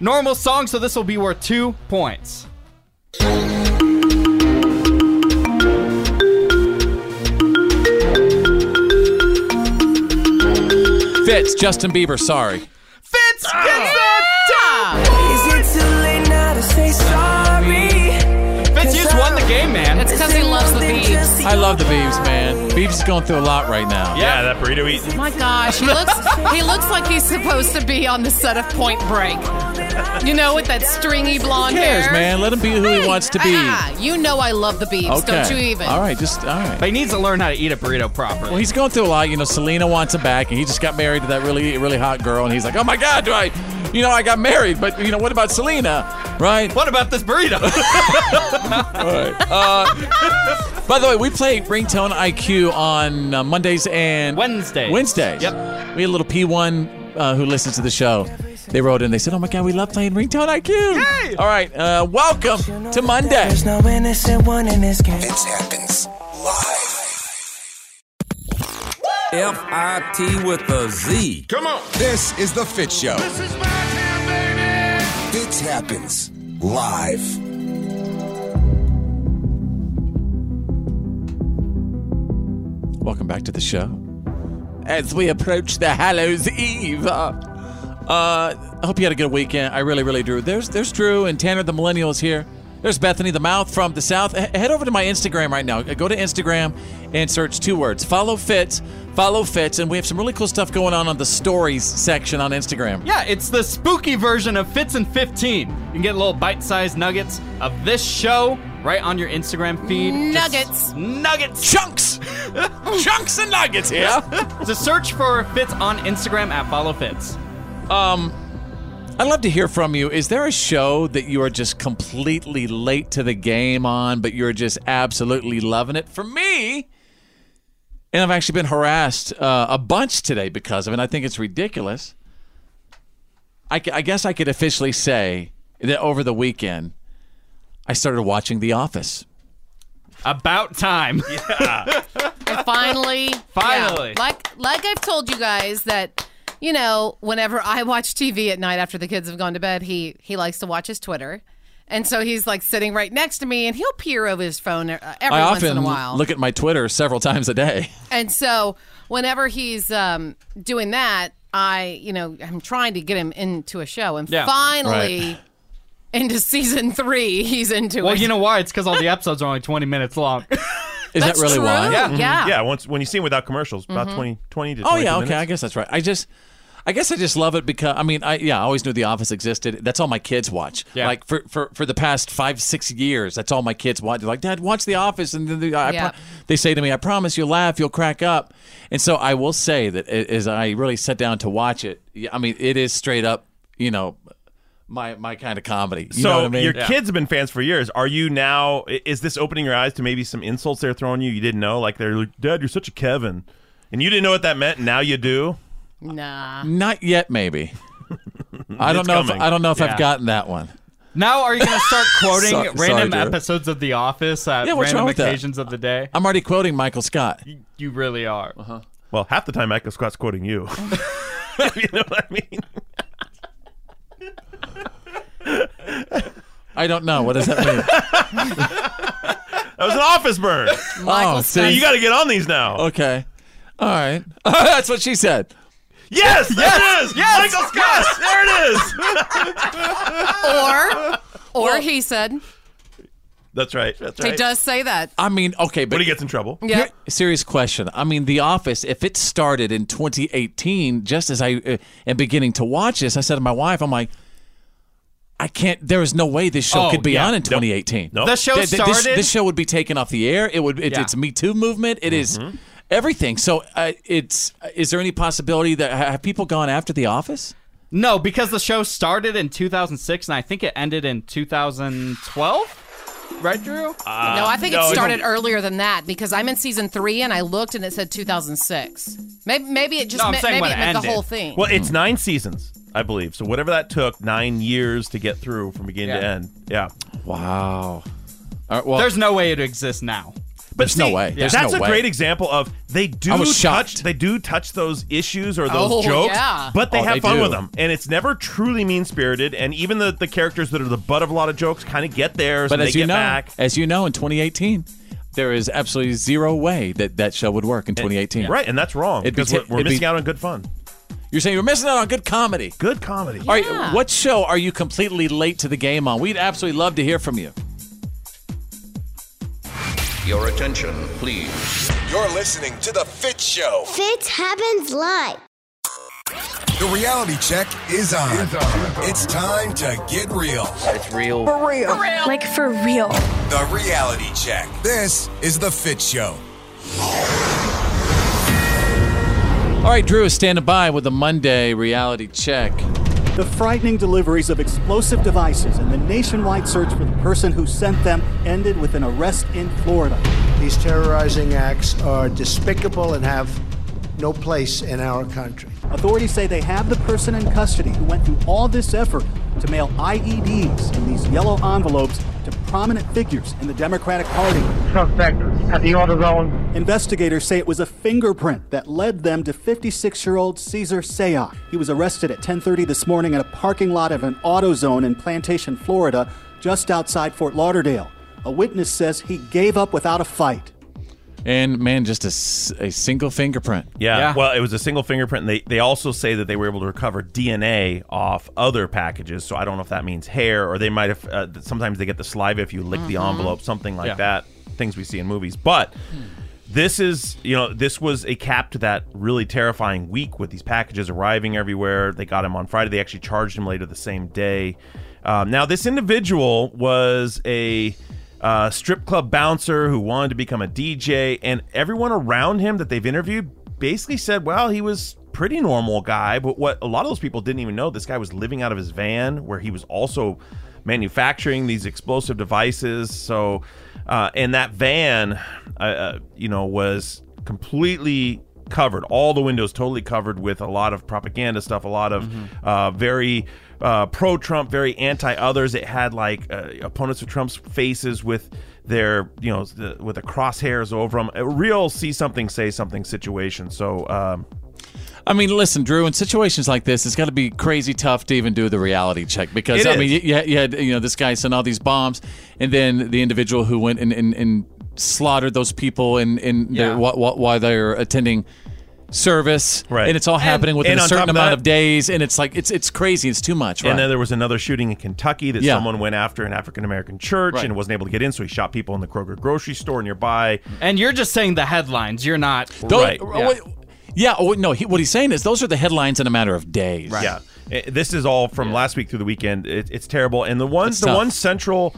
Speaker 10: normal song, so this will be worth two points.
Speaker 9: Fitz, Justin Bieber, sorry.
Speaker 10: Fitz gets the two.
Speaker 3: Is it too late now to say sorry?
Speaker 10: Fitz, you just won the game, man.
Speaker 11: It's because he loves the Biebs.
Speaker 9: I love the Beeves, man. Beeves is going through a lot right now.
Speaker 8: Yeah, that burrito eating.
Speaker 11: My gosh, he looks he looks like he's supposed to be on the set of Point Break. You know, with that stringy blonde
Speaker 9: Who cares,
Speaker 11: hair.
Speaker 9: man? Let him be who he wants to be.
Speaker 11: Ah, you know I love the Biebs,
Speaker 9: okay.
Speaker 11: don't you even?
Speaker 9: All right, just all right.
Speaker 10: But he needs to learn how to eat a burrito
Speaker 9: Well,
Speaker 10: properly.
Speaker 9: he's going through a lot. You know, Selena wants him back, and he just got married to that really, really hot girl, and he's like, "Oh my God, do I? You know, I got married, but you know, what about Selena? Right?
Speaker 10: What about this burrito?
Speaker 9: All right. Uh, by the way, we play Ringtone IQ on uh, Mondays and
Speaker 10: Wednesdays.
Speaker 9: Wednesdays.
Speaker 10: Yep.
Speaker 9: We had a little P1 uh, who listens to the show. They wrote in. They said, "Oh my God, we love playing Ringtone IQ." All right. Uh, welcome to Monday.
Speaker 3: There's no innocent one in this game.
Speaker 6: It happens live.
Speaker 26: F I T with a Z.
Speaker 6: Come on. This is the Fit Show. This is my town, baby. It happens live.
Speaker 9: Welcome back to the show. As we approach the Hallows Eve, uh, uh, I hope you had a good weekend. I really, really do. There's, there's Drew and Tanner, the millennials here. There's Bethany, the mouth from the south. H- head over to my Instagram right now. Go to Instagram and search two words: follow Fitz, follow Fitz, and we have some really cool stuff going on on the stories section on Instagram.
Speaker 10: yeah, it's the spooky version of Fitz and 15. You can get little bite-sized nuggets of this show right on your Instagram feed.
Speaker 11: Nuggets.
Speaker 10: Just nuggets.
Speaker 9: Chunks, chunks and nuggets here.
Speaker 10: so search for Fitz on Instagram at follow Fitz.
Speaker 9: Um, I'd love to hear from you. Is there a show that you are just completely late to the game on, but you're just absolutely loving it? For me, and I've actually been harassed uh, a bunch today because of it. and I think it's ridiculous. I, c- I guess I could officially say that over the weekend, I started watching The Office.
Speaker 10: About time.
Speaker 11: Ah. I finally
Speaker 10: Finally.
Speaker 11: yeah. like like I've told you guys that you know whenever I watch TV at night after the kids have gone to bed he he likes to watch his Twitter and so he's like sitting right next to me and he'll peer over his phone uh, every
Speaker 9: I
Speaker 11: once
Speaker 9: often
Speaker 11: in a while
Speaker 9: look at my Twitter several times a day.
Speaker 11: and so whenever he's um, doing that I you know I'm trying to get him into a show and
Speaker 9: Yeah.
Speaker 11: finally
Speaker 9: Right.
Speaker 11: into season three, he's into
Speaker 10: Well,
Speaker 11: it.
Speaker 10: you know why? It's because all the episodes are only 20 minutes long.
Speaker 9: Is that That's really true. why?
Speaker 8: Yeah.
Speaker 9: Mhm. Yeah.
Speaker 8: Mm-hmm. Yeah. Once when you see him without commercials, about
Speaker 9: Mhm.
Speaker 8: twenty, twenty 20 to
Speaker 9: Oh
Speaker 8: 22
Speaker 9: yeah, okay.
Speaker 8: minutes.
Speaker 9: I guess that's right. I just, I guess I just love it because I mean, I yeah, I always knew The Office existed. That's all my kids watch.
Speaker 10: Yeah.
Speaker 9: Like for, for for the past five six years, that's all my kids watch. They're like, Dad, watch The Office, and then they, I,
Speaker 11: Yeah.
Speaker 9: pro- they say to me, I promise you'll laugh, you'll crack up. And so I will say that a- as I really sat down to watch it, yeah, I mean, it is straight up, you know, my my kind of comedy. You
Speaker 8: so
Speaker 9: know what I mean?
Speaker 8: your kids have been fans for years. Are you now? i- Is this opening your eyes to maybe some insults they're throwing you? You didn't know, like they're like, Dad, you're such a Kevin, and you didn't know what that meant. and Now you do.
Speaker 11: nah.
Speaker 9: Not yet, maybe. I don't
Speaker 8: It's
Speaker 9: know. If,
Speaker 8: coming.
Speaker 9: I don't know if
Speaker 10: Yeah.
Speaker 9: I've gotten that one.
Speaker 10: Now, are you going to start quoting
Speaker 9: Sorry- sorry,
Speaker 10: random
Speaker 9: dear.
Speaker 10: episodes of The Office at
Speaker 9: Yeah, what's
Speaker 10: random
Speaker 9: wrong with that?
Speaker 10: occasions of the day?
Speaker 9: I'm already quoting Michael Scott.
Speaker 10: You really are. Uh-huh.
Speaker 8: Well, half the time Michael Scott's quoting you. you know what I mean?
Speaker 9: I don't know. What does that mean?
Speaker 8: That was an office burn.
Speaker 9: Michael Oh, see? Scott.
Speaker 8: you got to get on these now.
Speaker 9: Okay. All right. That's what she said.
Speaker 8: Yes, yes, it is.
Speaker 9: Yes!
Speaker 8: Michael Scott. There it is.
Speaker 11: or, or he said
Speaker 8: That's right. That's
Speaker 11: he does say that.
Speaker 9: I mean, okay, but
Speaker 8: he gets in trouble.
Speaker 11: Yeah.
Speaker 9: Here- serious question. I mean, The Office. If it started in 2018, just as I uh, am beginning to watch this, I said to my wife, "I'm like, I can't. There is no way this show
Speaker 10: Oh,
Speaker 9: could be
Speaker 10: yeah.
Speaker 9: on in 2018.
Speaker 10: Nope. The show
Speaker 9: Th- th- this-
Speaker 10: started-
Speaker 9: This, show would be taken off the air. It would. It,
Speaker 10: Yeah.
Speaker 9: It's Me Too movement. It is
Speaker 8: Mm-hmm.
Speaker 9: everything. So, uh, it's. Is there any possibility that have people gone after The Office?
Speaker 10: No, because the show started in 2006 and I think it ended in 2012. Right, Drew?
Speaker 11: Uh, no, I think it started earlier than that because I'm in season three and I looked and it said 2006. Maybe, maybe it just
Speaker 10: No, I'm
Speaker 11: meant, maybe
Speaker 10: saying when
Speaker 11: it
Speaker 10: it
Speaker 11: meant the
Speaker 10: ended.
Speaker 11: whole thing.
Speaker 8: Well, it's nine seasons, I believe. So whatever that took, nine years to get through from beginning to
Speaker 10: Yeah.
Speaker 8: end. Yeah.
Speaker 9: Wow.
Speaker 10: There's no way it exists now.
Speaker 9: But There's no way. There's
Speaker 8: that's
Speaker 9: no
Speaker 8: a
Speaker 9: way.
Speaker 8: great example of they do
Speaker 9: I was
Speaker 8: touch they do touch those issues or those
Speaker 9: Oh,
Speaker 8: jokes,
Speaker 9: yeah.
Speaker 8: but they
Speaker 9: Oh,
Speaker 8: have
Speaker 9: they
Speaker 8: fun
Speaker 9: do.
Speaker 8: with them, and it's never truly mean spirited. And even the, the characters that are the butt of a lot of jokes kind of get theirs,
Speaker 9: But
Speaker 8: and
Speaker 9: as
Speaker 8: they
Speaker 9: you
Speaker 8: get
Speaker 9: know,
Speaker 8: back.
Speaker 9: as you know, in 2018, there is absolutely zero way that that show would work in 2018.
Speaker 8: Right, and that's wrong
Speaker 9: It'd be
Speaker 8: because
Speaker 9: ta-
Speaker 8: we're, we're
Speaker 9: it'd be-
Speaker 8: missing out on good fun.
Speaker 9: You're saying you're missing out on good comedy.
Speaker 8: Good comedy.
Speaker 9: All right, what show are you completely late to the game on? We'd absolutely love to hear from you.
Speaker 5: Your attention, please.
Speaker 6: You're listening to The Fit Show.
Speaker 2: Fits happens live.
Speaker 6: The reality check is on. It's time to get real. It's real.
Speaker 18: For real. Like for real.
Speaker 6: The reality check. This is The Fit Show.
Speaker 9: All right, Drew is standing by with a Monday reality check.
Speaker 14: The frightening deliveries of explosive devices and the nationwide search for the person who sent them ended with an arrest in Florida.
Speaker 16: These terrorizing acts are despicable and have no place in our country.
Speaker 14: Authorities say they have the person in custody who went through all this effort to mail IEDs in these yellow envelopes to prominent figures in the Democratic Party. Suspect at the auto zone. Investigators say it was a fingerprint that led them to 56-year-old Cesar Sayoc. He was arrested at 10:30 this morning in a parking lot of an auto zone in Plantation, Florida, just outside Fort Lauderdale. A witness says he gave up without a fight.
Speaker 9: And man, just a, s- a single fingerprint.
Speaker 8: Yeah. Well, it was a single fingerprint. And they they also say that they were able to recover DNA off other packages. So I don't know if that means hair or they might have. Uh, th- sometimes they get the saliva if you lick the
Speaker 9: Mm-hmm.
Speaker 17: Mhm.
Speaker 8: envelope, something like
Speaker 17: Yeah.
Speaker 8: that. Things we see in movies, but. This is, you know, this was a cap to that really terrifying week with these packages arriving everywhere. They got him on Friday. They actually charged him later the same day. Um, now, this individual was a uh, strip club bouncer who wanted to become a DJ, and everyone around him that they've interviewed basically said, well, he was pretty normal guy. But what a lot of those people didn't even know, this guy was living out of his van where he was also manufacturing these explosive devices. So, uh, and that van, uh, uh, you know, was completely covered, all the windows totally covered with a lot of propaganda stuff, a lot of
Speaker 9: Mm-hmm.
Speaker 8: uh, very uh, pro Trump, very anti others. It had like uh, opponents of Trump's faces with their, you know, the, with the crosshairs over them. A real see something, say something situation. So, um,
Speaker 9: I mean, listen, Drew. In situations like this, it's got to be crazy tough to even do the reality check because
Speaker 8: It
Speaker 9: I
Speaker 8: is.
Speaker 9: mean, you, you had- you had you know this guy sent all these bombs, and then the individual who went and and, and slaughtered those people in in their,
Speaker 10: Yeah.
Speaker 9: wh- wh- while they're attending service, right? And it's all
Speaker 8: And-
Speaker 9: happening within
Speaker 8: and
Speaker 9: a
Speaker 8: on top
Speaker 9: certain
Speaker 8: of
Speaker 9: amount
Speaker 8: that-
Speaker 9: of days, and it's like it's it's crazy. It's too much.
Speaker 8: And
Speaker 9: right.
Speaker 8: then there was another shooting in Kentucky that
Speaker 9: Yeah.
Speaker 8: someone went after an African American church
Speaker 10: Right.
Speaker 8: and wasn't able to get in, so he shot people in the Kroger grocery store nearby.
Speaker 10: And you're just saying the headlines. You're not
Speaker 8: Don't- Right.
Speaker 10: Yeah.
Speaker 9: uh, Wait, yeah. Oh, no. He, what he's saying is those are the headlines in a matter of days.
Speaker 8: Yeah, Eh, this is all from last week through the weekend. It, it's terrible, and the one
Speaker 9: It's
Speaker 8: the
Speaker 9: tough.
Speaker 8: one central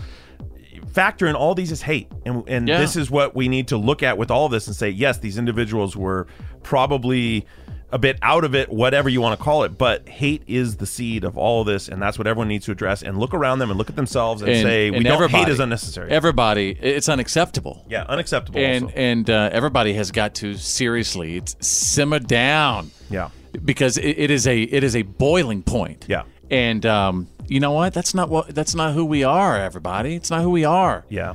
Speaker 8: factor in all these is hate, and and
Speaker 9: Yeah.
Speaker 8: this is what we need to look at with all of this and say, yes, these individuals were probably a bit out of it, whatever you want to call it, but hate is the seed of all of this, and that's what everyone needs to address and look around them and look at themselves and, say we don't hate is unnecessary.
Speaker 9: Everybody, it's unacceptable.
Speaker 8: yeah, unacceptable.
Speaker 9: and
Speaker 8: also.
Speaker 9: and uh, everybody has got to seriously it's simmer down.
Speaker 8: Yeah,
Speaker 9: because it, it is a it is a boiling point.
Speaker 8: Yeah,
Speaker 9: and um, you know what? That's not what that's not who we are. Everybody, it's not who we are.
Speaker 8: Yeah.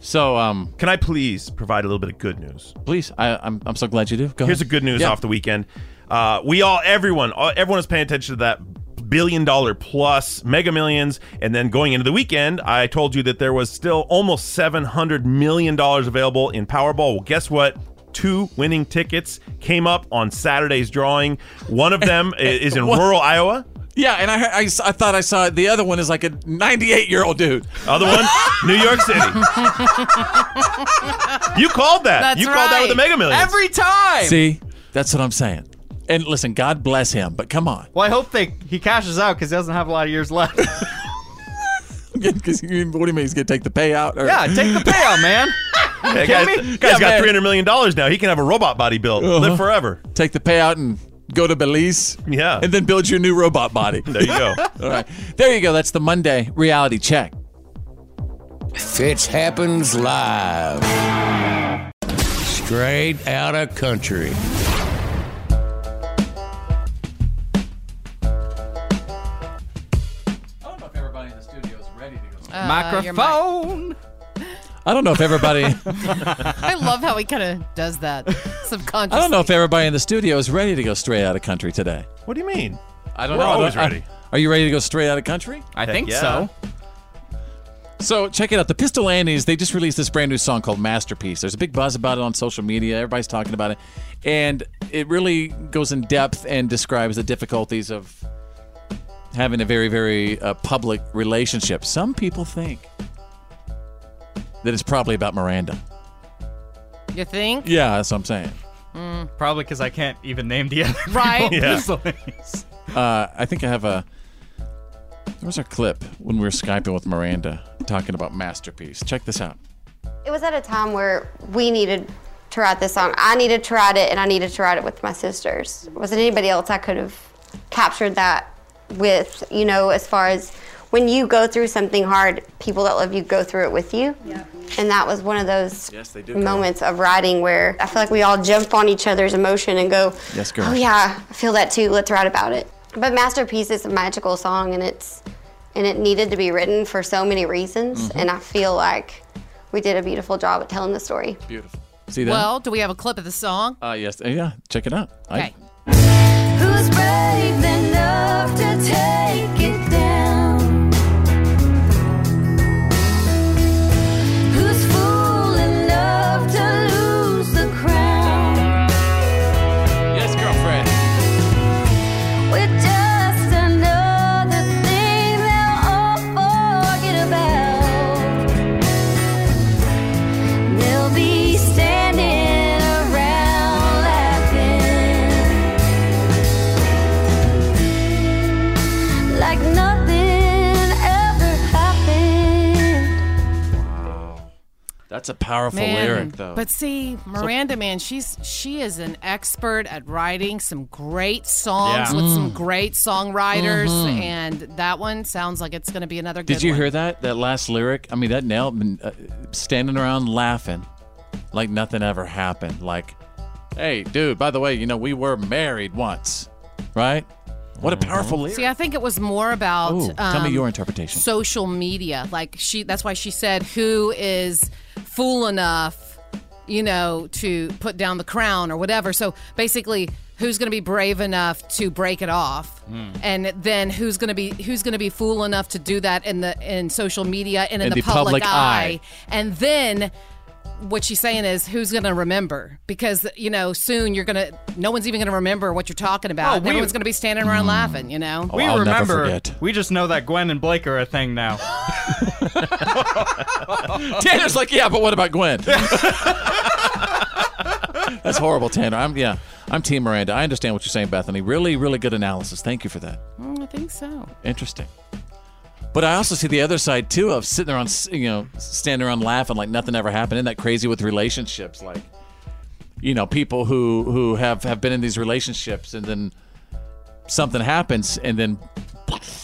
Speaker 9: So, um,
Speaker 8: can I please provide a little bit of good news?
Speaker 9: Please, I, I'm I'm so glad you do. Go
Speaker 8: Here's
Speaker 9: ahead.
Speaker 8: the good news
Speaker 9: Yeah.
Speaker 8: off the weekend. Uh, we all, everyone, all, everyone is paying attention to that billion dollar plus mega millions. And then going into the weekend, I told you that there was still almost $700 million available in Powerball. Well, guess what? Two winning tickets came up on Saturday's drawing. One of them i- is in
Speaker 9: What?
Speaker 8: rural Iowa.
Speaker 9: Yeah, and I, heard- I s- I thought I saw the other one is like a 98 year old dude.
Speaker 8: Other one, New York City. You called that.
Speaker 9: That's
Speaker 8: you called that with the
Speaker 9: right.
Speaker 8: Mega Millions.
Speaker 10: Every time.
Speaker 9: See, that's what I'm saying. And listen, God bless him, but come on,
Speaker 10: Well, I hope they he cashes out because he doesn't have a lot of years left.
Speaker 9: because what do you mean he's gonna take the payout? Or...
Speaker 10: yeah, take the payout, man.
Speaker 8: That
Speaker 10: Kidding
Speaker 8: guy's,
Speaker 10: me?
Speaker 8: guy's
Speaker 10: Yeah,
Speaker 8: got
Speaker 10: man.
Speaker 8: $300 million now. He can have a robot body built, live
Speaker 9: Uh-huh.
Speaker 8: forever.
Speaker 9: Take the payout and go to Belize.
Speaker 8: Yeah.
Speaker 9: And then build your new robot body. there
Speaker 8: you go.
Speaker 9: All right. There you go. That's the Monday reality check.
Speaker 24: Fitch happens live. Straight out of country.
Speaker 11: Uh, your mic.
Speaker 10: Microphone.
Speaker 9: I don't know if everybody
Speaker 11: I love how he kind of does that subconsciously.
Speaker 9: I don't know if everybody in the studio is ready to go straight out of country today.
Speaker 8: What do you mean?
Speaker 9: I don't
Speaker 8: We're
Speaker 9: know. I
Speaker 8: always
Speaker 9: don't- I-
Speaker 8: ready.
Speaker 9: are you ready to go straight out of country?
Speaker 10: I think so.
Speaker 9: So check it out. The Pistol Annies, they just released this brand new song called Masterpiece. There's a big buzz about it on social media. Everybody's talking about it. And it really goes in depth and describes the difficulties of having a very, very uh, public relationship. Some people think that it's probably about Miranda.
Speaker 11: You think?
Speaker 9: Yeah, that's what I'm saying.
Speaker 11: Mm.
Speaker 10: Probably because I can't even name the other
Speaker 11: Right.
Speaker 10: people.
Speaker 9: Yeah.
Speaker 10: So-
Speaker 9: Uh, I think I have a. There was a clip when we were Skyping with Miranda talking about Masterpiece. Check this out.
Speaker 17: It was at a time where we needed to write this song. I needed to write it, and I needed to write it with my sisters. Wasn't anybody else I could have captured that with, you know, as far as when you go through something hard, people that love you go through it with you. And that was one of those
Speaker 9: Yes, they do, girl.
Speaker 17: moments of writing where I feel like we all jump on each other's emotion and go,
Speaker 9: Yes, girl.
Speaker 17: Oh yeah, I feel that too. Let's write about it. But masterpiece is a magical song, and it's and it needed to be written for so many reasons.
Speaker 9: Mhm.
Speaker 17: And I feel like we did a beautiful job at telling the story.
Speaker 9: Beautiful. See that?
Speaker 11: Well, do we have a clip of the song?
Speaker 9: uh, yes. uh, Yeah. Check it out. I-
Speaker 11: Okay.
Speaker 13: Who's brave enough to take it down? Who's fool enough to lose the crown?
Speaker 9: Yes, girlfriend.
Speaker 13: We're just another thing they'll all forget about. They'll be standing around laughing. like nothing ever happened.
Speaker 9: That's a powerful
Speaker 11: Man,
Speaker 9: lyric, though.
Speaker 11: But see, Miranda, man, she's she is an expert at writing some great songs
Speaker 9: Yeah.
Speaker 11: with
Speaker 9: Mm.
Speaker 11: some great songwriters,
Speaker 9: Mhm.
Speaker 11: and that one sounds like it's going to be another.
Speaker 9: Did
Speaker 11: good
Speaker 9: you
Speaker 11: one.
Speaker 9: hear that? That last lyric? I mean, that nailed uh, standing around laughing like nothing ever happened. Like, hey, dude, by the way, you know, we were married once, right? What a powerful lyric.
Speaker 11: See, I think it was more about.
Speaker 9: Ooh, tell me
Speaker 11: Mm-hmm. um,
Speaker 9: your interpretation.
Speaker 11: Social media, like she. That's why she said, "Who is fool enough, you know, to put down the crown or whatever." So basically, who's going to be brave enough to break it off,
Speaker 13: Hmm.
Speaker 11: and then who's going to be who's going to be fool enough to do that in the in social media and in,
Speaker 9: In the public eye.
Speaker 11: and then what she's saying is, who's going to remember? Because you know, soon you're going to, no one's even going to remember what you're talking about.
Speaker 10: Oh, we-
Speaker 11: Everyone's going to be standing around laughing. You know,
Speaker 9: Oh,
Speaker 10: we remember. we just know that Gwen and Blake are a thing now.
Speaker 9: Tanner's like, yeah, but what about Gwen? That's horrible, Tanner. I'm yeah, I'm Team Miranda. I understand what you're saying, Bethany. Really, really good analysis. Thank you for that.
Speaker 11: Mm, I think so.
Speaker 9: Interesting. But I also see the other side too of sitting there on s- you know standing around laughing like nothing ever happened. Isn't that crazy with relationships? Like, you know, people who who have have been in these relationships and then something happens and then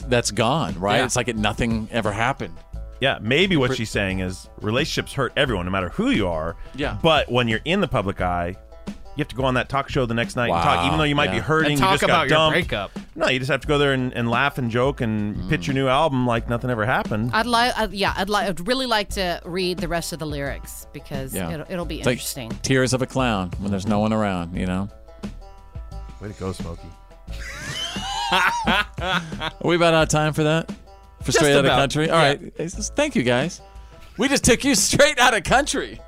Speaker 9: that's gone. Right?
Speaker 8: Yeah.
Speaker 9: It's like it nothing ever happened.
Speaker 8: Yeah, maybe what she's saying is relationships hurt everyone, no matter who you are.
Speaker 9: Yeah.
Speaker 8: But when you're in the public eye, you have to go on that talk show the next night and talk,
Speaker 9: Wow,
Speaker 8: even though you might
Speaker 9: yeah.
Speaker 8: be hurting.
Speaker 10: And talk
Speaker 8: you just got
Speaker 10: about your
Speaker 8: dumped.
Speaker 10: breakup. Mm.
Speaker 8: No, you just have to go there and, and laugh and joke and pitch your new album like nothing ever happened.
Speaker 11: I'd like, I'd, yeah, I'd like, I'd really like to read the rest of the lyrics because
Speaker 9: Yeah.
Speaker 11: it'll, it'll be
Speaker 9: It's like
Speaker 11: interesting.
Speaker 9: tears of a clown when there's no one around. You know.
Speaker 8: Way to go, Smokey.
Speaker 9: Are we about out of time for that? For
Speaker 8: Just
Speaker 9: straight out of
Speaker 8: about,
Speaker 9: country. All right. Thank you guys. We just took you straight out of country.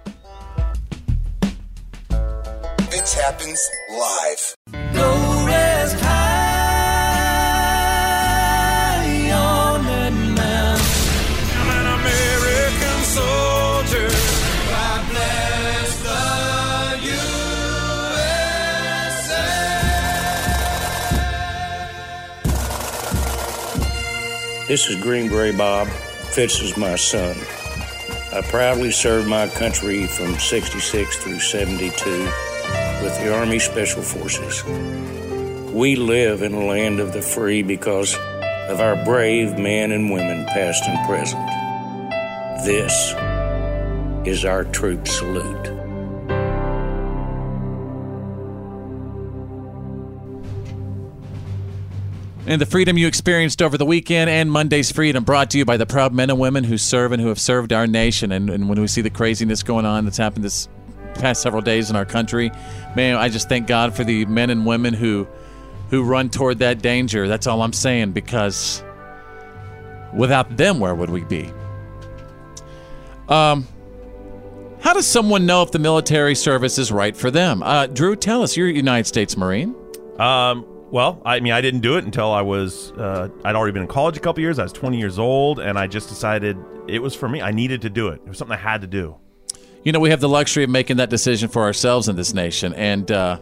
Speaker 6: This happens live.
Speaker 3: Go rest high on that mountain. I'm an American soldier. I bless the USA.
Speaker 7: This is Greenberry Bob. Fitz is my son. I proudly served my country from 66 through 72 with the Army Special Forces. We live in a land of the free because of our brave men and women, past and present. This is our troop salute.
Speaker 9: And the freedom you experienced over the weekend and Monday's freedom brought to you by the proud men and women who serve and who have served our nation. And, and when we see the craziness going on that's happened this past several days in our country, man, I just thank God for the men and women who who run toward that danger. That's all I'm saying because without them, where would we be? Um, how does someone know if the military service is right for them? Uh, Drew, tell us. You're a United States Marine.
Speaker 8: Um, well, I mean, I didn't do it until I was, uh, I'd already been in college a couple years. I was 20 years old, and I just decided it was for me. I needed to do it. It was something I had to do.
Speaker 9: you know, we have the luxury of making that decision for ourselves in this nation. And uh,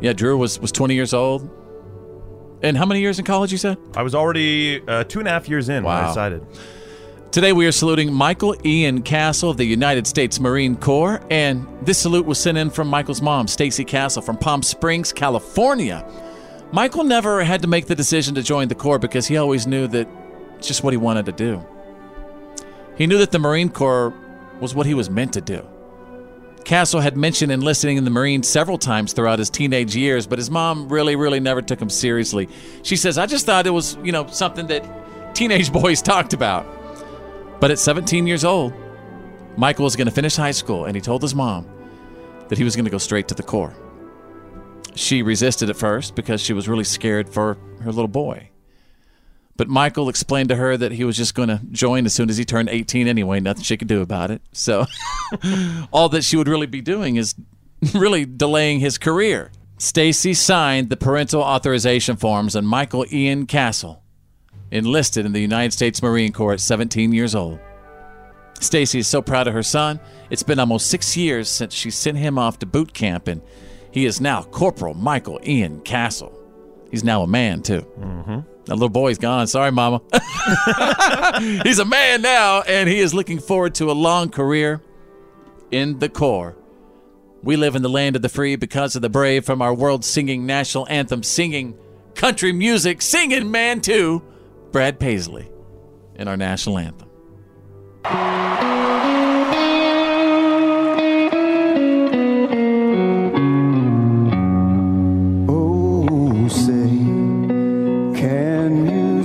Speaker 9: yeah, Drew was was 20 years old. And how many years in college you said?
Speaker 8: I was already uh, two and a half years in when I
Speaker 9: Wow.
Speaker 8: decided.
Speaker 9: Today we are saluting Michael Ian Castle of the United States Marine Corps, and this salute was sent in from Michael's mom, Stacy Castle, from Palm Springs, California. Michael never had to make the decision to join the Corps because he always knew that it's just what he wanted to do. He knew that the Marine Corps was what he was meant to do. Castle had mentioned enlisting in the Marines several times throughout his teenage years, but his mom really, really never took him seriously. She says, I just thought it was, you know, something that teenage boys talked about. But at 17 years old, Michael was going to finish high school, and he told his mom that he was going to go straight to the Corps. She resisted at first because she was really scared for her little boy. But Michael explained to her that he was just going to join as soon as he turned 18 anyway, nothing she could do about it. So all that she would really be doing is really delaying his career. Stacy signed the parental authorization forms and Michael Ian Castle enlisted in the United States Marine Corps at 17 years old. Stacy is so proud of her son. It's been almost 6 years since she sent him off to boot camp and he is now Corporal Michael Ian Castle. He's now a man too. Mm-hmm. That little boy's gone. Sorry, Mama. He's a man now, and he is looking forward to a long career in the Corps. We live in the land of the free because of the brave from our world singing national anthem, singing country music, singing man too, Brad Paisley, in our national anthem.
Speaker 12: Oh, say, can you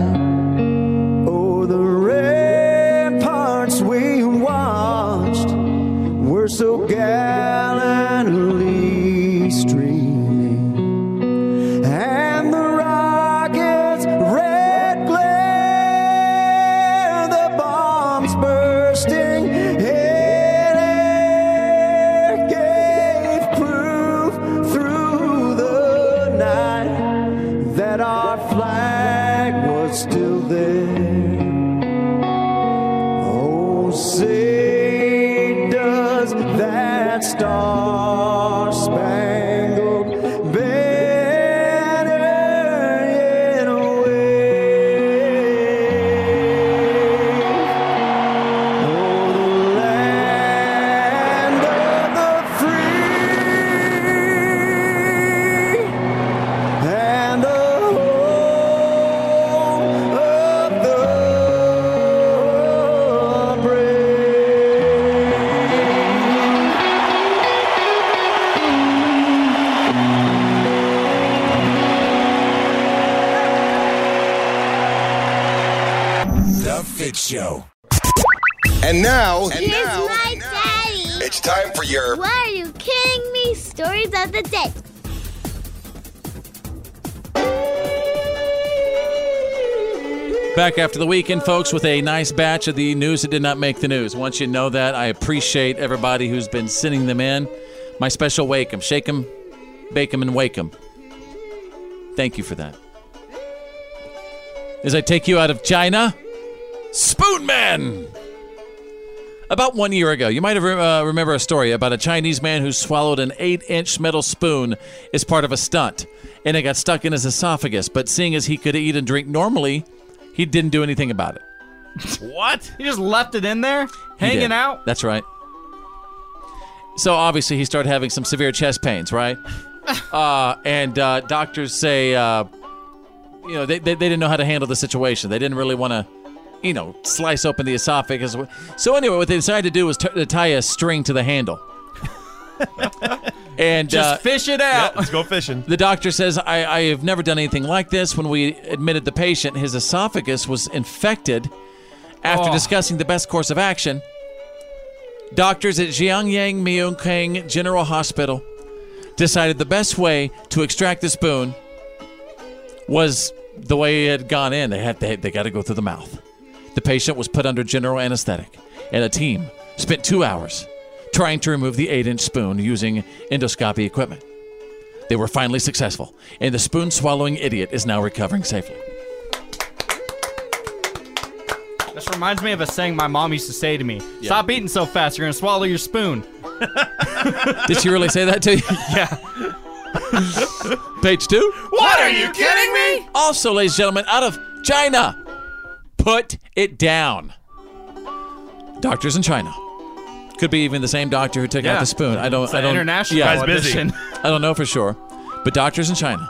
Speaker 12: Oh, the ramparts we watched were so gallantly streaming, and the rockets' red glare, the bombs bursting in air gave proof through the night that our flag was still there. Oh, say does that star spangled banner yet wave o'er the land of the free and the home of the
Speaker 6: The Fit Show. And now, and
Speaker 2: Here's
Speaker 6: now,
Speaker 2: my daddy.
Speaker 6: it's time for your
Speaker 2: Why are you kidding me? Stories of the day.
Speaker 9: Back after the weekend, folks, with a nice batch of the news that did not make the news. Once you to know that, I appreciate everybody who's been sending them in. My special wake 'em, shake 'em, bake 'em, and wake 'em. Thank you for that. As I take you out of China, Spoon Man. About one year ago, you might have re- uh, remember a story about a Chinese man who swallowed an eight-inch metal spoon as part of a stunt, and it got stuck in his esophagus. But seeing as he could eat and drink normally, he didn't do anything about it.
Speaker 10: What? He just left it in there,
Speaker 9: He did.
Speaker 10: hanging out.
Speaker 9: That's right. So obviously he started having some severe chest pains, right? uh, and uh, doctors say, uh, you know, they, they, they didn't know how to handle the situation. They didn't really want to, you know, slice open the esophagus. So anyway, what they decided to do was t- to tie a string to the handle. and
Speaker 10: Just
Speaker 9: uh,
Speaker 10: fish it out.
Speaker 9: let's go fishing. The doctor says, I, I have never done anything like this. When we admitted the patient, his esophagus was infected. After discussing the best course of action, doctors at Jiangyang Myeongkang General Hospital decided the best way to extract the spoon was the way it had gone in. They had they, they got to go through the mouth. The patient was put under general anesthetic, and a team spent two hours trying to remove the eight-inch spoon using endoscopy equipment. They were finally successful, and the spoon-swallowing idiot is now recovering safely.
Speaker 10: This reminds me of a saying my mom used to say to me: "Stop eating so fast. You're gonna swallow your spoon."
Speaker 9: Did she really say that to you?
Speaker 10: yeah.
Speaker 9: Page two.
Speaker 10: What are you kidding me?
Speaker 9: Also, ladies and gentlemen, out of China, put it down. Doctors in China. Could be even the same doctor who took
Speaker 10: Yeah.
Speaker 9: out the spoon. I don't.
Speaker 10: It's
Speaker 9: I
Speaker 10: an
Speaker 9: don't.
Speaker 10: international Guy's busy. edition.
Speaker 9: I don't know for sure, but doctors in China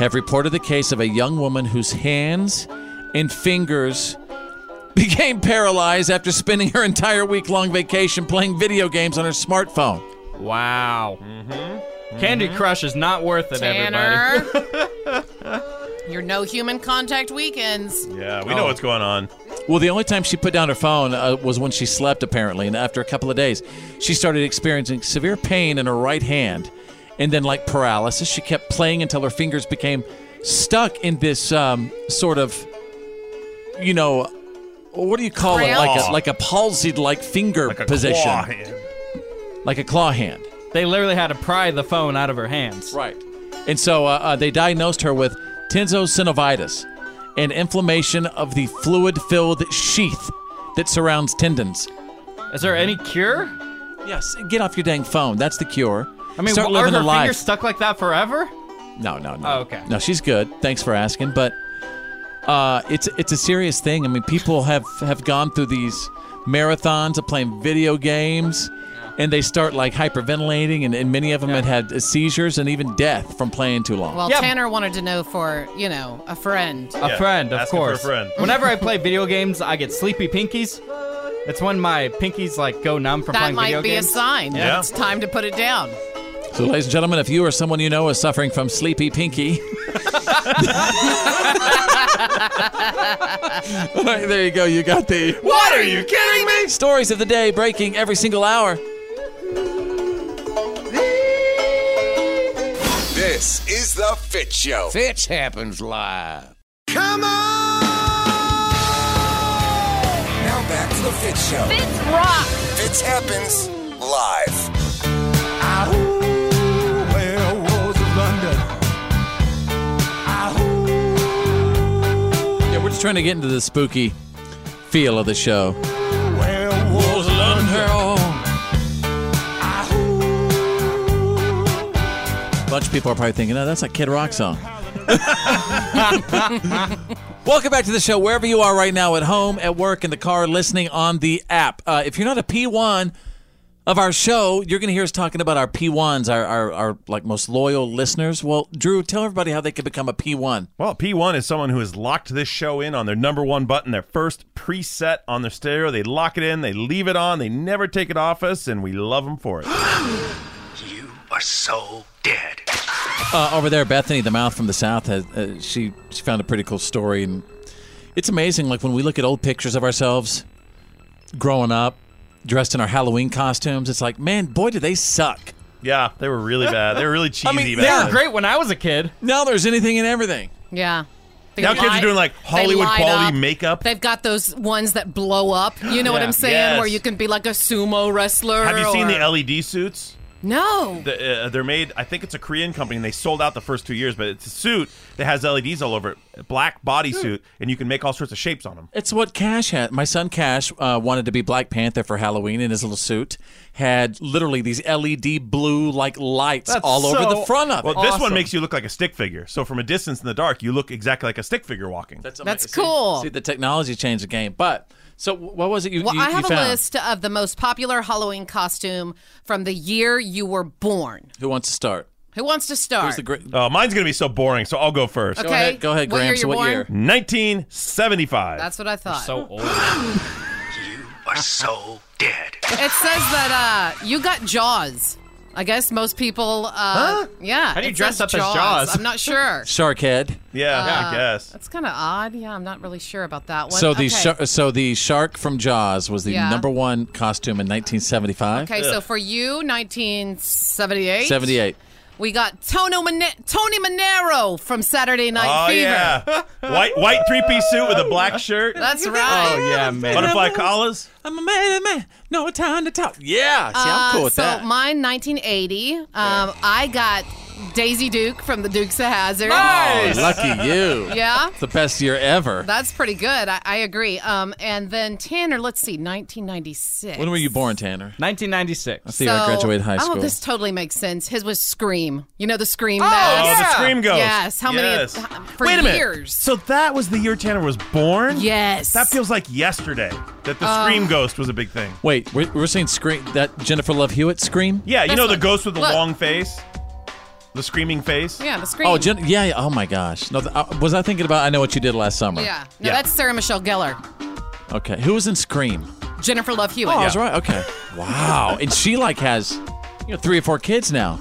Speaker 9: have reported the case of a young woman whose hands and fingers became paralyzed after spending her entire week-long vacation playing video games on her smartphone.
Speaker 10: Wow. Mm-hmm. Candy Crush is not worth it, everybody.
Speaker 11: Tanner. Your no human contact weekends.
Speaker 8: Yeah, we know what's going on.
Speaker 9: Oh. Well, the only time she put down her phone uh, was when she slept, apparently. And after a couple of days, she started experiencing severe pain in her right hand and then, like, paralysis. She kept playing until her fingers became stuck in this um, sort of, you know, what do you call it? Like
Speaker 10: Cramp?
Speaker 9: a, like a palsied, like, finger position. Like a claw hand.
Speaker 10: They literally had to pry the phone out of her hands.
Speaker 9: Right. And so uh, uh, they diagnosed her with tensocinovitis, an inflammation of the fluid filled sheath that surrounds tendons.
Speaker 10: Is there any cure?
Speaker 9: Yes. Get off your dang phone. That's the cure.
Speaker 10: I mean,
Speaker 9: start
Speaker 10: are
Speaker 9: living
Speaker 10: her
Speaker 9: a life.
Speaker 10: fingers stuck like that forever?
Speaker 9: No, no, no.
Speaker 10: Oh, okay.
Speaker 9: No, she's good. Thanks for asking, but uh, it's it's a serious thing. I mean, people have have gone through these marathons of playing video games, and they start like hyperventilating, and, and many of them had had seizures and even death from playing too long.
Speaker 11: Well, Tanner wanted to know for, you know, a friend.
Speaker 8: Uh,
Speaker 10: A friend, of
Speaker 8: asking for a
Speaker 10: course.
Speaker 8: friend.
Speaker 10: Whenever I play video games, I get sleepy pinkies. It's when my pinkies like go numb from
Speaker 11: That
Speaker 10: playing video
Speaker 11: might be
Speaker 10: games.
Speaker 11: a sign.
Speaker 10: Yeah.
Speaker 11: It's time to put it down.
Speaker 9: So, ladies and gentlemen, if you or someone you know is suffering from sleepy pinky, all right, there you go. You got the.
Speaker 3: What are you kidding me?
Speaker 9: Stories of the day breaking every single hour.
Speaker 6: This is the Fit Show.
Speaker 24: Fitch happens live.
Speaker 6: Come on! Now back to the Fit Show.
Speaker 24: Fitz
Speaker 6: rock. Fitz happens live.
Speaker 3: Where was London?
Speaker 9: Yeah, we're just trying to get into the spooky feel of the show.
Speaker 3: Where was London?
Speaker 9: A bunch of people are probably thinking, oh, that's a Kid Rock song. Welcome back to the show, wherever you are right now, at home, at work, in the car, listening on the app. Uh, if you're not a P1 of our show, you're going to hear us talking about our P1s, our, our, our like most loyal listeners. Well, Drew, tell everybody how they can become a P1.
Speaker 8: Well, P1 is someone who has locked this show in on their number one button, their first preset on their stereo. They lock it in, they leave it on, they never take it off us, and we love them for it.
Speaker 24: Are so dead.
Speaker 9: Uh, over there, Bethany, the mouth from the south, has, uh, she she found a pretty cool story, and it's amazing. Like when we look at old pictures of ourselves growing up, dressed in our Halloween costumes, it's like, man, boy, did they suck.
Speaker 8: Yeah, they were really bad. They were really cheesy.
Speaker 9: I mean,
Speaker 8: back
Speaker 9: they were
Speaker 8: then.
Speaker 9: great
Speaker 10: when I was a kid.
Speaker 9: Now there's anything and everything.
Speaker 11: Yeah. They
Speaker 8: Now kids are
Speaker 11: light-
Speaker 8: doing like
Speaker 11: they
Speaker 8: Hollywood
Speaker 11: light
Speaker 8: quality
Speaker 11: up.
Speaker 8: makeup.
Speaker 11: They've got those ones that blow up. You know what
Speaker 8: Yeah.
Speaker 11: I'm saying?
Speaker 8: Yes.
Speaker 11: Where you can be like a sumo wrestler.
Speaker 8: Have you seen
Speaker 11: or-
Speaker 8: the LED suits?
Speaker 11: No.
Speaker 8: The, uh, they're made. I think it's a Korean company, and they sold out the first two years. But it's a suit that has LEDs all over it, a black bodysuit, and you can make all sorts of shapes on them.
Speaker 9: It's what Cash had. My son Cash uh, wanted to be Black Panther for Halloween in his little suit. Had literally these LED blue like lights all over the front of it.
Speaker 8: Well, this one makes you look like a stick figure. So from a distance in the dark, you look exactly like a stick figure walking. That's,
Speaker 11: That's cool.
Speaker 9: See, the technology changed the game. But so wh- what was it you,
Speaker 11: well,
Speaker 9: you,
Speaker 11: I
Speaker 9: you
Speaker 11: have a
Speaker 9: found?
Speaker 11: list of the most popular Halloween costume from the year you were born.
Speaker 9: Who wants to start?
Speaker 11: Who wants to start?
Speaker 8: Oh, mine's gonna be so boring. So I'll go first.
Speaker 11: Go Okay. ahead- go ahead, What year Gramps. you What born? year?
Speaker 8: 1975.
Speaker 11: That's what I thought.
Speaker 10: old.
Speaker 8: you are so dead.
Speaker 11: It says that uh, you got Jaws. I guess most people. Uh,
Speaker 10: Huh?
Speaker 11: Yeah.
Speaker 10: How do you
Speaker 11: it
Speaker 10: dress
Speaker 11: says
Speaker 10: up as Jaws?
Speaker 11: I'm not sure.
Speaker 9: Sharkhead.
Speaker 8: Yeah,
Speaker 11: Uh, That's kind of odd. Yeah, I'm not really sure about that one.
Speaker 9: So the
Speaker 11: okay.
Speaker 9: shar so the shark from Jaws was the
Speaker 11: Yeah.
Speaker 9: number one costume in 1975.
Speaker 11: Okay, so for you, 1978.
Speaker 9: 78.
Speaker 11: We got Tono Mane- Tony Monero from Saturday Night
Speaker 8: Oh
Speaker 11: Fever.
Speaker 8: yeah, white white three piece suit with a black shirt.
Speaker 11: That's right.
Speaker 8: Oh yeah, man. Butterfly collars.
Speaker 9: I'm a man, man. No time to talk. Yeah, see, I'm
Speaker 11: Uh,
Speaker 9: cool with
Speaker 11: so
Speaker 9: that.
Speaker 11: mine, 1980. Um, I got Daisy Duke from the Dukes of Hazard.
Speaker 9: Oh, lucky you.
Speaker 11: Yeah.
Speaker 9: It's the best year ever.
Speaker 11: That's pretty good. I, I agree. Um, and then Tanner, let's see, 1996.
Speaker 9: when were you born, Tanner?
Speaker 10: 1996.
Speaker 9: That's the year I graduated high
Speaker 11: Oh,
Speaker 9: school.
Speaker 11: this totally makes sense. His was Scream. You know the Scream
Speaker 8: Oh,
Speaker 11: mask?
Speaker 8: the yeah. Scream ghost.
Speaker 11: Yes. How
Speaker 8: Yes.
Speaker 11: many? h- For
Speaker 8: Wait a minute.
Speaker 11: years.
Speaker 8: So that was the year Tanner was born.
Speaker 11: Yes.
Speaker 8: That feels like yesterday that the
Speaker 11: Um,
Speaker 8: scream ghost was a big thing.
Speaker 9: Wait, we're, we're saying scream that Jennifer Love Hewitt scream?
Speaker 8: Yeah, you know the ghost with the
Speaker 11: look.
Speaker 8: long face, the screaming face.
Speaker 11: Yeah, the Scream.
Speaker 9: Oh, Jen- yeah, yeah. Oh my gosh. No, th- uh, was I thinking about? I know what you did last summer.
Speaker 11: Yeah. No, that's Sarah Michelle Gellar.
Speaker 9: Okay. Who was in Scream?
Speaker 11: Jennifer Love
Speaker 9: Oh,
Speaker 11: Hewitt.
Speaker 9: I was right. Okay. Wow. and she like has, you know, three or four kids now.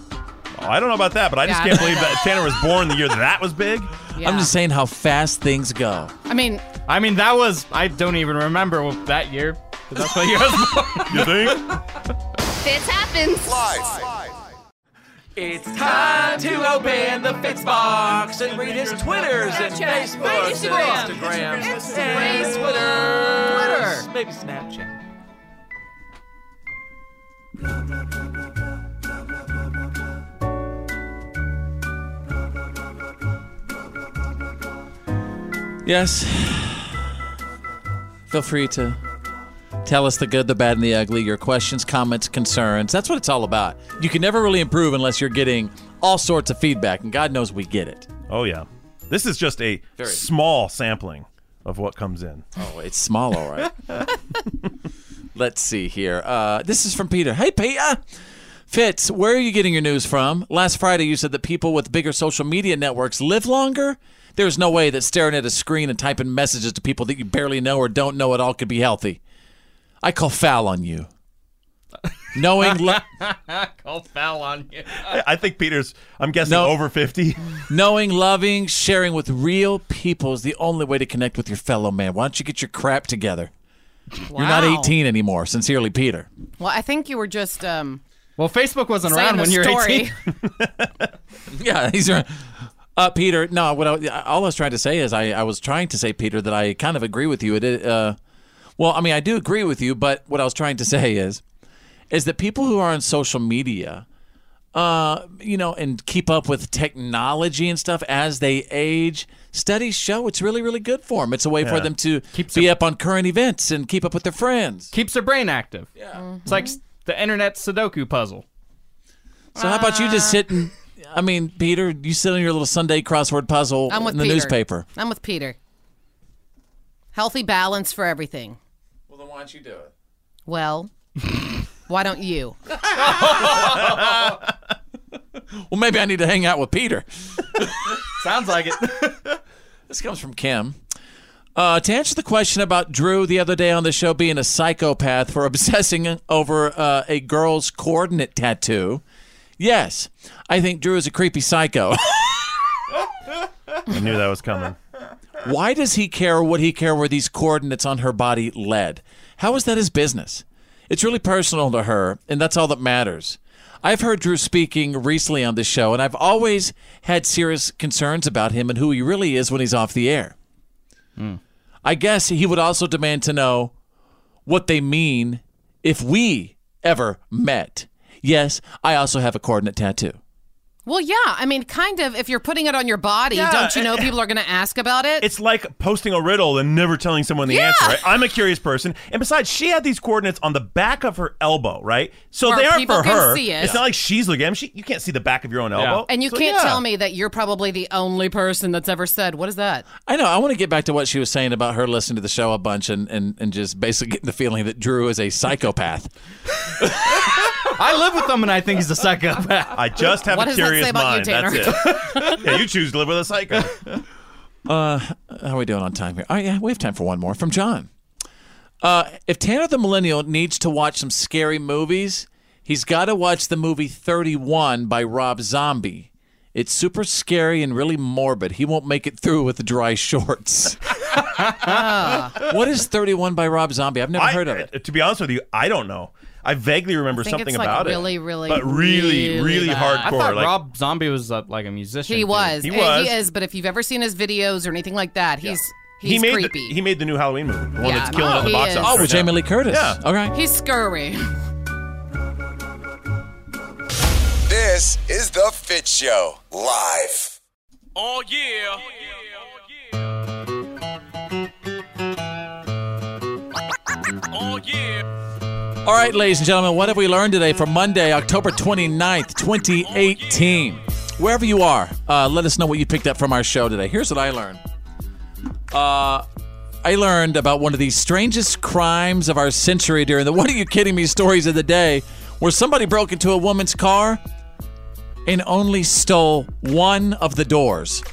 Speaker 8: Oh, I don't know about that, but I just
Speaker 11: Yeah, I
Speaker 8: can't
Speaker 11: know
Speaker 8: believe that Tanner was born the year that, that was big.
Speaker 11: Yeah.
Speaker 9: I'm just saying how fast things go.
Speaker 11: I mean,
Speaker 10: I mean, that was. I don't even remember that year. 'cause That's what year I was born.
Speaker 8: you think?
Speaker 13: Fitz happens.
Speaker 3: It's time to open the Fitz box and read his Twitters and
Speaker 10: Snapchat,
Speaker 3: Facebooks and
Speaker 10: Instagram,
Speaker 3: Instagrams,
Speaker 10: Instagram,
Speaker 3: and
Speaker 10: Twitter.
Speaker 3: Twitter, maybe Snapchat.
Speaker 9: Yes. Feel free to tell us the good, the bad, and the ugly, your questions, comments, concerns. That's what it's all about. You can never really improve unless you're getting all sorts of feedback, and God knows we get it.
Speaker 8: Oh yeah, this is just a
Speaker 9: Very.
Speaker 8: small sampling of what comes in.
Speaker 9: Oh, it's small, all right. Let's see here. Uh, this is from Peter. Hey, Peter. Fitz, where are you getting your news from? Last Friday, you said that people with bigger social media networks live longer. There's no way that staring at a screen and typing messages to people that you barely know or don't know at all could be healthy. I call foul on you. Knowing lo-
Speaker 10: I'll foul on you.
Speaker 8: I think Peter's, I'm guessing, over 50.
Speaker 9: Knowing, loving, sharing with real people is the only way to connect with your fellow man. Why don't you get your crap together? You're not
Speaker 11: Wow.
Speaker 9: 18 anymore. Sincerely, Peter.
Speaker 11: Well, I think you were just um
Speaker 10: Well, Facebook wasn't
Speaker 11: Saying
Speaker 10: around
Speaker 11: the
Speaker 10: when you were
Speaker 11: story.
Speaker 10: 18.
Speaker 9: Yeah, he's right. Uh, Peter, no, what I, all I was trying to say is I, I was trying to say, Peter, that I kind of agree with you. It, uh, well, I mean, I do agree with you, but what I was trying to say is, is that people who are on social media, uh, you know, and keep up with technology and stuff as they age, studies show it's really, really good for them. It's a way
Speaker 10: Yeah.
Speaker 9: for them to be up on current events and keep up with their friends.
Speaker 10: Keeps their brain active. Yeah. It's like s- the internet Sudoku puzzle.
Speaker 9: So how about you just sit and, I mean, Peter, you sit on your little Sunday crossword puzzle
Speaker 11: I'm with
Speaker 9: in the
Speaker 11: Peter.
Speaker 9: newspaper.
Speaker 11: I'm with Peter. Healthy balance for everything.
Speaker 9: Well, then why don't you do it?
Speaker 11: Well, why don't you?
Speaker 9: Well, maybe I need to hang out with Peter.
Speaker 10: Sounds like it.
Speaker 9: this comes from Kim. Uh, to answer the question about Drew the other day on the show being a psychopath for obsessing over uh, a girl's coordinate tattoo, yes, I think Drew is a creepy psycho.
Speaker 8: I knew that was coming.
Speaker 9: Why does he care what he care where these coordinates on her body led? How is that his business? It's really personal to her, and that's all that matters. I've heard Drew speaking recently on this show, and I've always had serious concerns about him and who he really is when he's off the air. I guess he would also demand to know what they mean if we ever met. Yes, I also have a coordinate tattoo.
Speaker 11: Well, yeah. I mean, kind of. If you're putting it on your body,
Speaker 8: Yeah,
Speaker 11: don't you know
Speaker 8: eh, eh.
Speaker 11: people are going to ask about it?
Speaker 8: It's like posting a riddle and never telling someone the answer, right? I'm a curious person. And besides, she had these coordinates on the back of her elbow, right? So
Speaker 11: Where
Speaker 8: they aren't
Speaker 11: people
Speaker 8: for
Speaker 11: can
Speaker 8: her.
Speaker 11: see it.
Speaker 8: It's not like she's looking at him. She, you can't see the back of your own elbow.
Speaker 11: and you
Speaker 8: So,
Speaker 11: can't
Speaker 8: yeah.
Speaker 11: tell me that you're probably the only person that's ever said, "What is that?"
Speaker 9: I know. I want to get back to what she was saying about her listening to the show a bunch and, and, and just basically getting the feeling that Drew is a psychopath.
Speaker 10: I live with him and I think he's a psychopath.
Speaker 8: I just have
Speaker 10: What
Speaker 8: a
Speaker 10: does that
Speaker 8: curious
Speaker 10: say about you,
Speaker 8: mind. That's it. yeah, you choose to live with a psycho.
Speaker 9: Uh, how are we doing on time here? Oh, yeah, we have time for one more from John. Uh, if Tanner the Millennial needs to watch some scary movies, he's got to watch the movie 31 by Rob Zombie. It's super scary and really morbid. He won't make it through with dry shorts. what is 31 by Rob Zombie? I've never
Speaker 8: I-
Speaker 9: heard of it.
Speaker 8: To be honest with you, I don't know. I vaguely remember
Speaker 11: I think
Speaker 8: something
Speaker 11: it's, like,
Speaker 8: about
Speaker 11: really,
Speaker 8: it.
Speaker 11: really,
Speaker 8: But really, really,
Speaker 11: really bad.
Speaker 10: I
Speaker 8: hardcore.
Speaker 10: thought
Speaker 8: like,
Speaker 10: Rob Zombie was uh, like a musician.
Speaker 11: He
Speaker 10: too.
Speaker 11: was. And is. But if you've ever seen his videos or anything like that, he's he's
Speaker 8: he made
Speaker 11: creepy.
Speaker 8: The, he made the new Halloween movie, the one
Speaker 11: Yeah,
Speaker 8: that's killing it at the
Speaker 11: he
Speaker 8: box
Speaker 11: is.
Speaker 8: office.
Speaker 11: Oh, with
Speaker 8: right now.
Speaker 9: Jamie Lee Curtis.
Speaker 8: Yeah.
Speaker 9: All right.
Speaker 11: he's scurry.
Speaker 6: This is The Fit Show, live.
Speaker 12: Oh yeah. Oh yeah.
Speaker 9: All right, ladies and gentlemen, what have we learned today for Monday, October 29th, 2018? Wherever you are, uh, let us know what you picked up from our show today. Here's what I learned. Uh, I learned about one of the strangest crimes of our century during the What Are You Kidding Me stories of the day, where somebody broke into a woman's car and only stole one of the doors.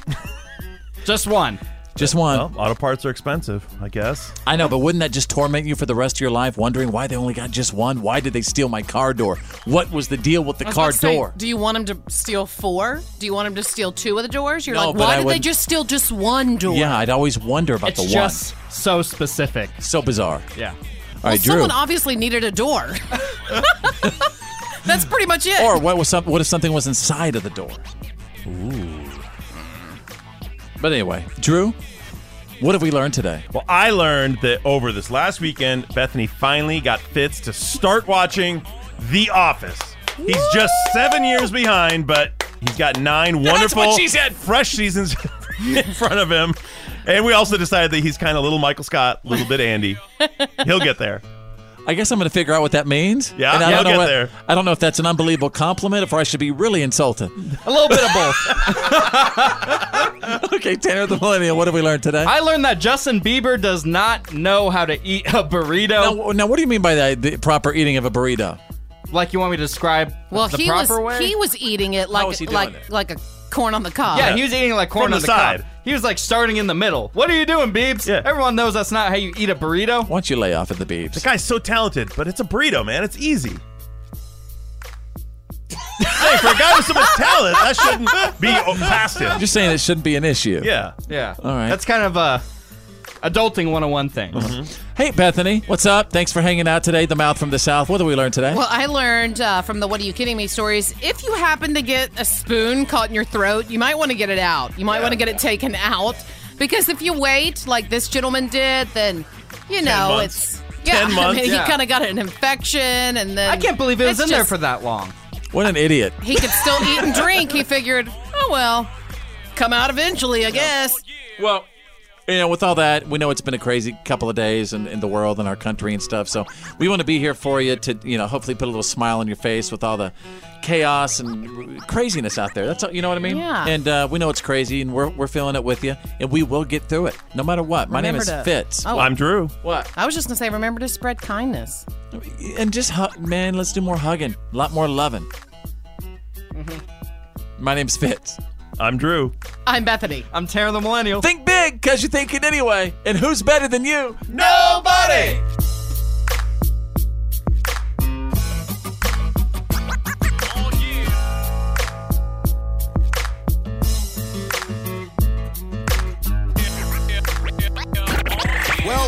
Speaker 10: Just one.
Speaker 9: Just one.
Speaker 8: Well, auto parts are expensive, I guess.
Speaker 9: I know, but wouldn't that just torment you for the rest of your life, wondering why they only got just one? Why did they steal my car door? What was the deal with the
Speaker 11: I was
Speaker 9: car
Speaker 11: about to say,
Speaker 9: door?
Speaker 11: do you want him to steal four? Do you want him to steal two of the doors? You're
Speaker 9: No,
Speaker 11: like,
Speaker 9: but
Speaker 11: why
Speaker 9: I
Speaker 11: did they
Speaker 9: wouldn't-
Speaker 11: just steal just one door?
Speaker 9: Yeah, I'd always wonder about
Speaker 10: It's
Speaker 9: the
Speaker 10: just
Speaker 9: one.
Speaker 10: so specific.
Speaker 9: So bizarre.
Speaker 10: Yeah.
Speaker 9: All right, Drew.
Speaker 11: Someone obviously needed a door. That's pretty much it.
Speaker 9: or what was some, what if something was inside of the door? Ooh. But anyway, Drew, what have we learned today?
Speaker 8: Well, I learned that over this last weekend, Bethany finally got Fitz to start watching The Office. He's just seven years behind, but he's got nine wonderful,
Speaker 9: what she said.
Speaker 8: fresh seasons in front of him. And we also decided that he's kind of little Michael Scott, a little bit Andy. He'll get there.
Speaker 9: I guess I'm going to figure out what that means.
Speaker 8: Yeah,
Speaker 9: and I
Speaker 8: you'll
Speaker 9: don't know
Speaker 8: get
Speaker 9: what-
Speaker 8: there.
Speaker 9: I don't know if that's an unbelievable compliment or I should be really insulted.
Speaker 10: A little bit of both.
Speaker 9: okay, Tanner the Millennial, what have we learned today?
Speaker 10: I learned that Justin Bieber does not know how to eat a burrito.
Speaker 9: Now, now, what do you mean by that? The proper eating of a burrito?
Speaker 10: Like you want me to describe
Speaker 11: well,
Speaker 10: the
Speaker 11: he was
Speaker 10: proper way?
Speaker 11: he was eating it like
Speaker 9: was he doing
Speaker 11: like like a corn on the cob.
Speaker 10: yeah, he was eating like corn
Speaker 8: From
Speaker 10: on
Speaker 8: the
Speaker 10: cob.
Speaker 8: side.
Speaker 10: He was like starting in the middle. What are you doing, Beebs? Yeah. Everyone knows that's not how you eat a burrito.
Speaker 9: Why don't you lay off at the Beebs?
Speaker 8: The guy's so talented, but it's a burrito, man. It's easy. hey, for a guy with so much talent, that shouldn't be oh, past him.
Speaker 9: I'm just saying it shouldn't be an issue.
Speaker 8: Yeah.
Speaker 10: Yeah.
Speaker 9: All right. Uh-huh.
Speaker 10: That's kind of a adulting 101 thing.
Speaker 9: Hey, Bethany, what's up? Thanks for hanging out today. The mouth from the south. What did we learn today?
Speaker 11: Well, I learned uh, from the "What are you kidding me?" stories. If you happen to get a spoon caught in your throat, you might want to get it out. You might want to get it taken out because if you wait, like this gentleman did, then you know
Speaker 8: months.
Speaker 11: it's yeah.
Speaker 8: 10 months,
Speaker 11: I mean,
Speaker 8: yeah.
Speaker 11: he kind of got an infection, and then
Speaker 10: I can't believe it was
Speaker 11: it's
Speaker 10: in there
Speaker 11: just-
Speaker 10: for that long.
Speaker 9: What an idiot.
Speaker 11: He could still eat and drink. He figured, oh well, come out eventually, I guess.
Speaker 9: Well, you know, with all that, we know it's been a crazy couple of days in, in the world and our country and stuff. So we want to be here for you to, you know, hopefully put a little smile on your face with all the chaos and craziness out there. That's all, you know what I mean?
Speaker 11: Yeah.
Speaker 9: And uh, we know it's crazy and we're, we're feeling it with you and we will get through it no matter what. My name
Speaker 11: Remember to-
Speaker 9: is Fitz.
Speaker 11: Oh. I'm
Speaker 8: Drew.
Speaker 9: What?
Speaker 11: I was just gonna say, remember to spread kindness.
Speaker 9: And just hug, man, let's do more hugging, a lot more loving.
Speaker 11: Mm-hmm.
Speaker 9: My name's Fitz.
Speaker 8: I'm Drew.
Speaker 11: I'm Bethany.
Speaker 10: I'm Tara the Millennial.
Speaker 9: Think big, cause you're thinking anyway. And who's better than you?
Speaker 10: Nobody!
Speaker 6: Well,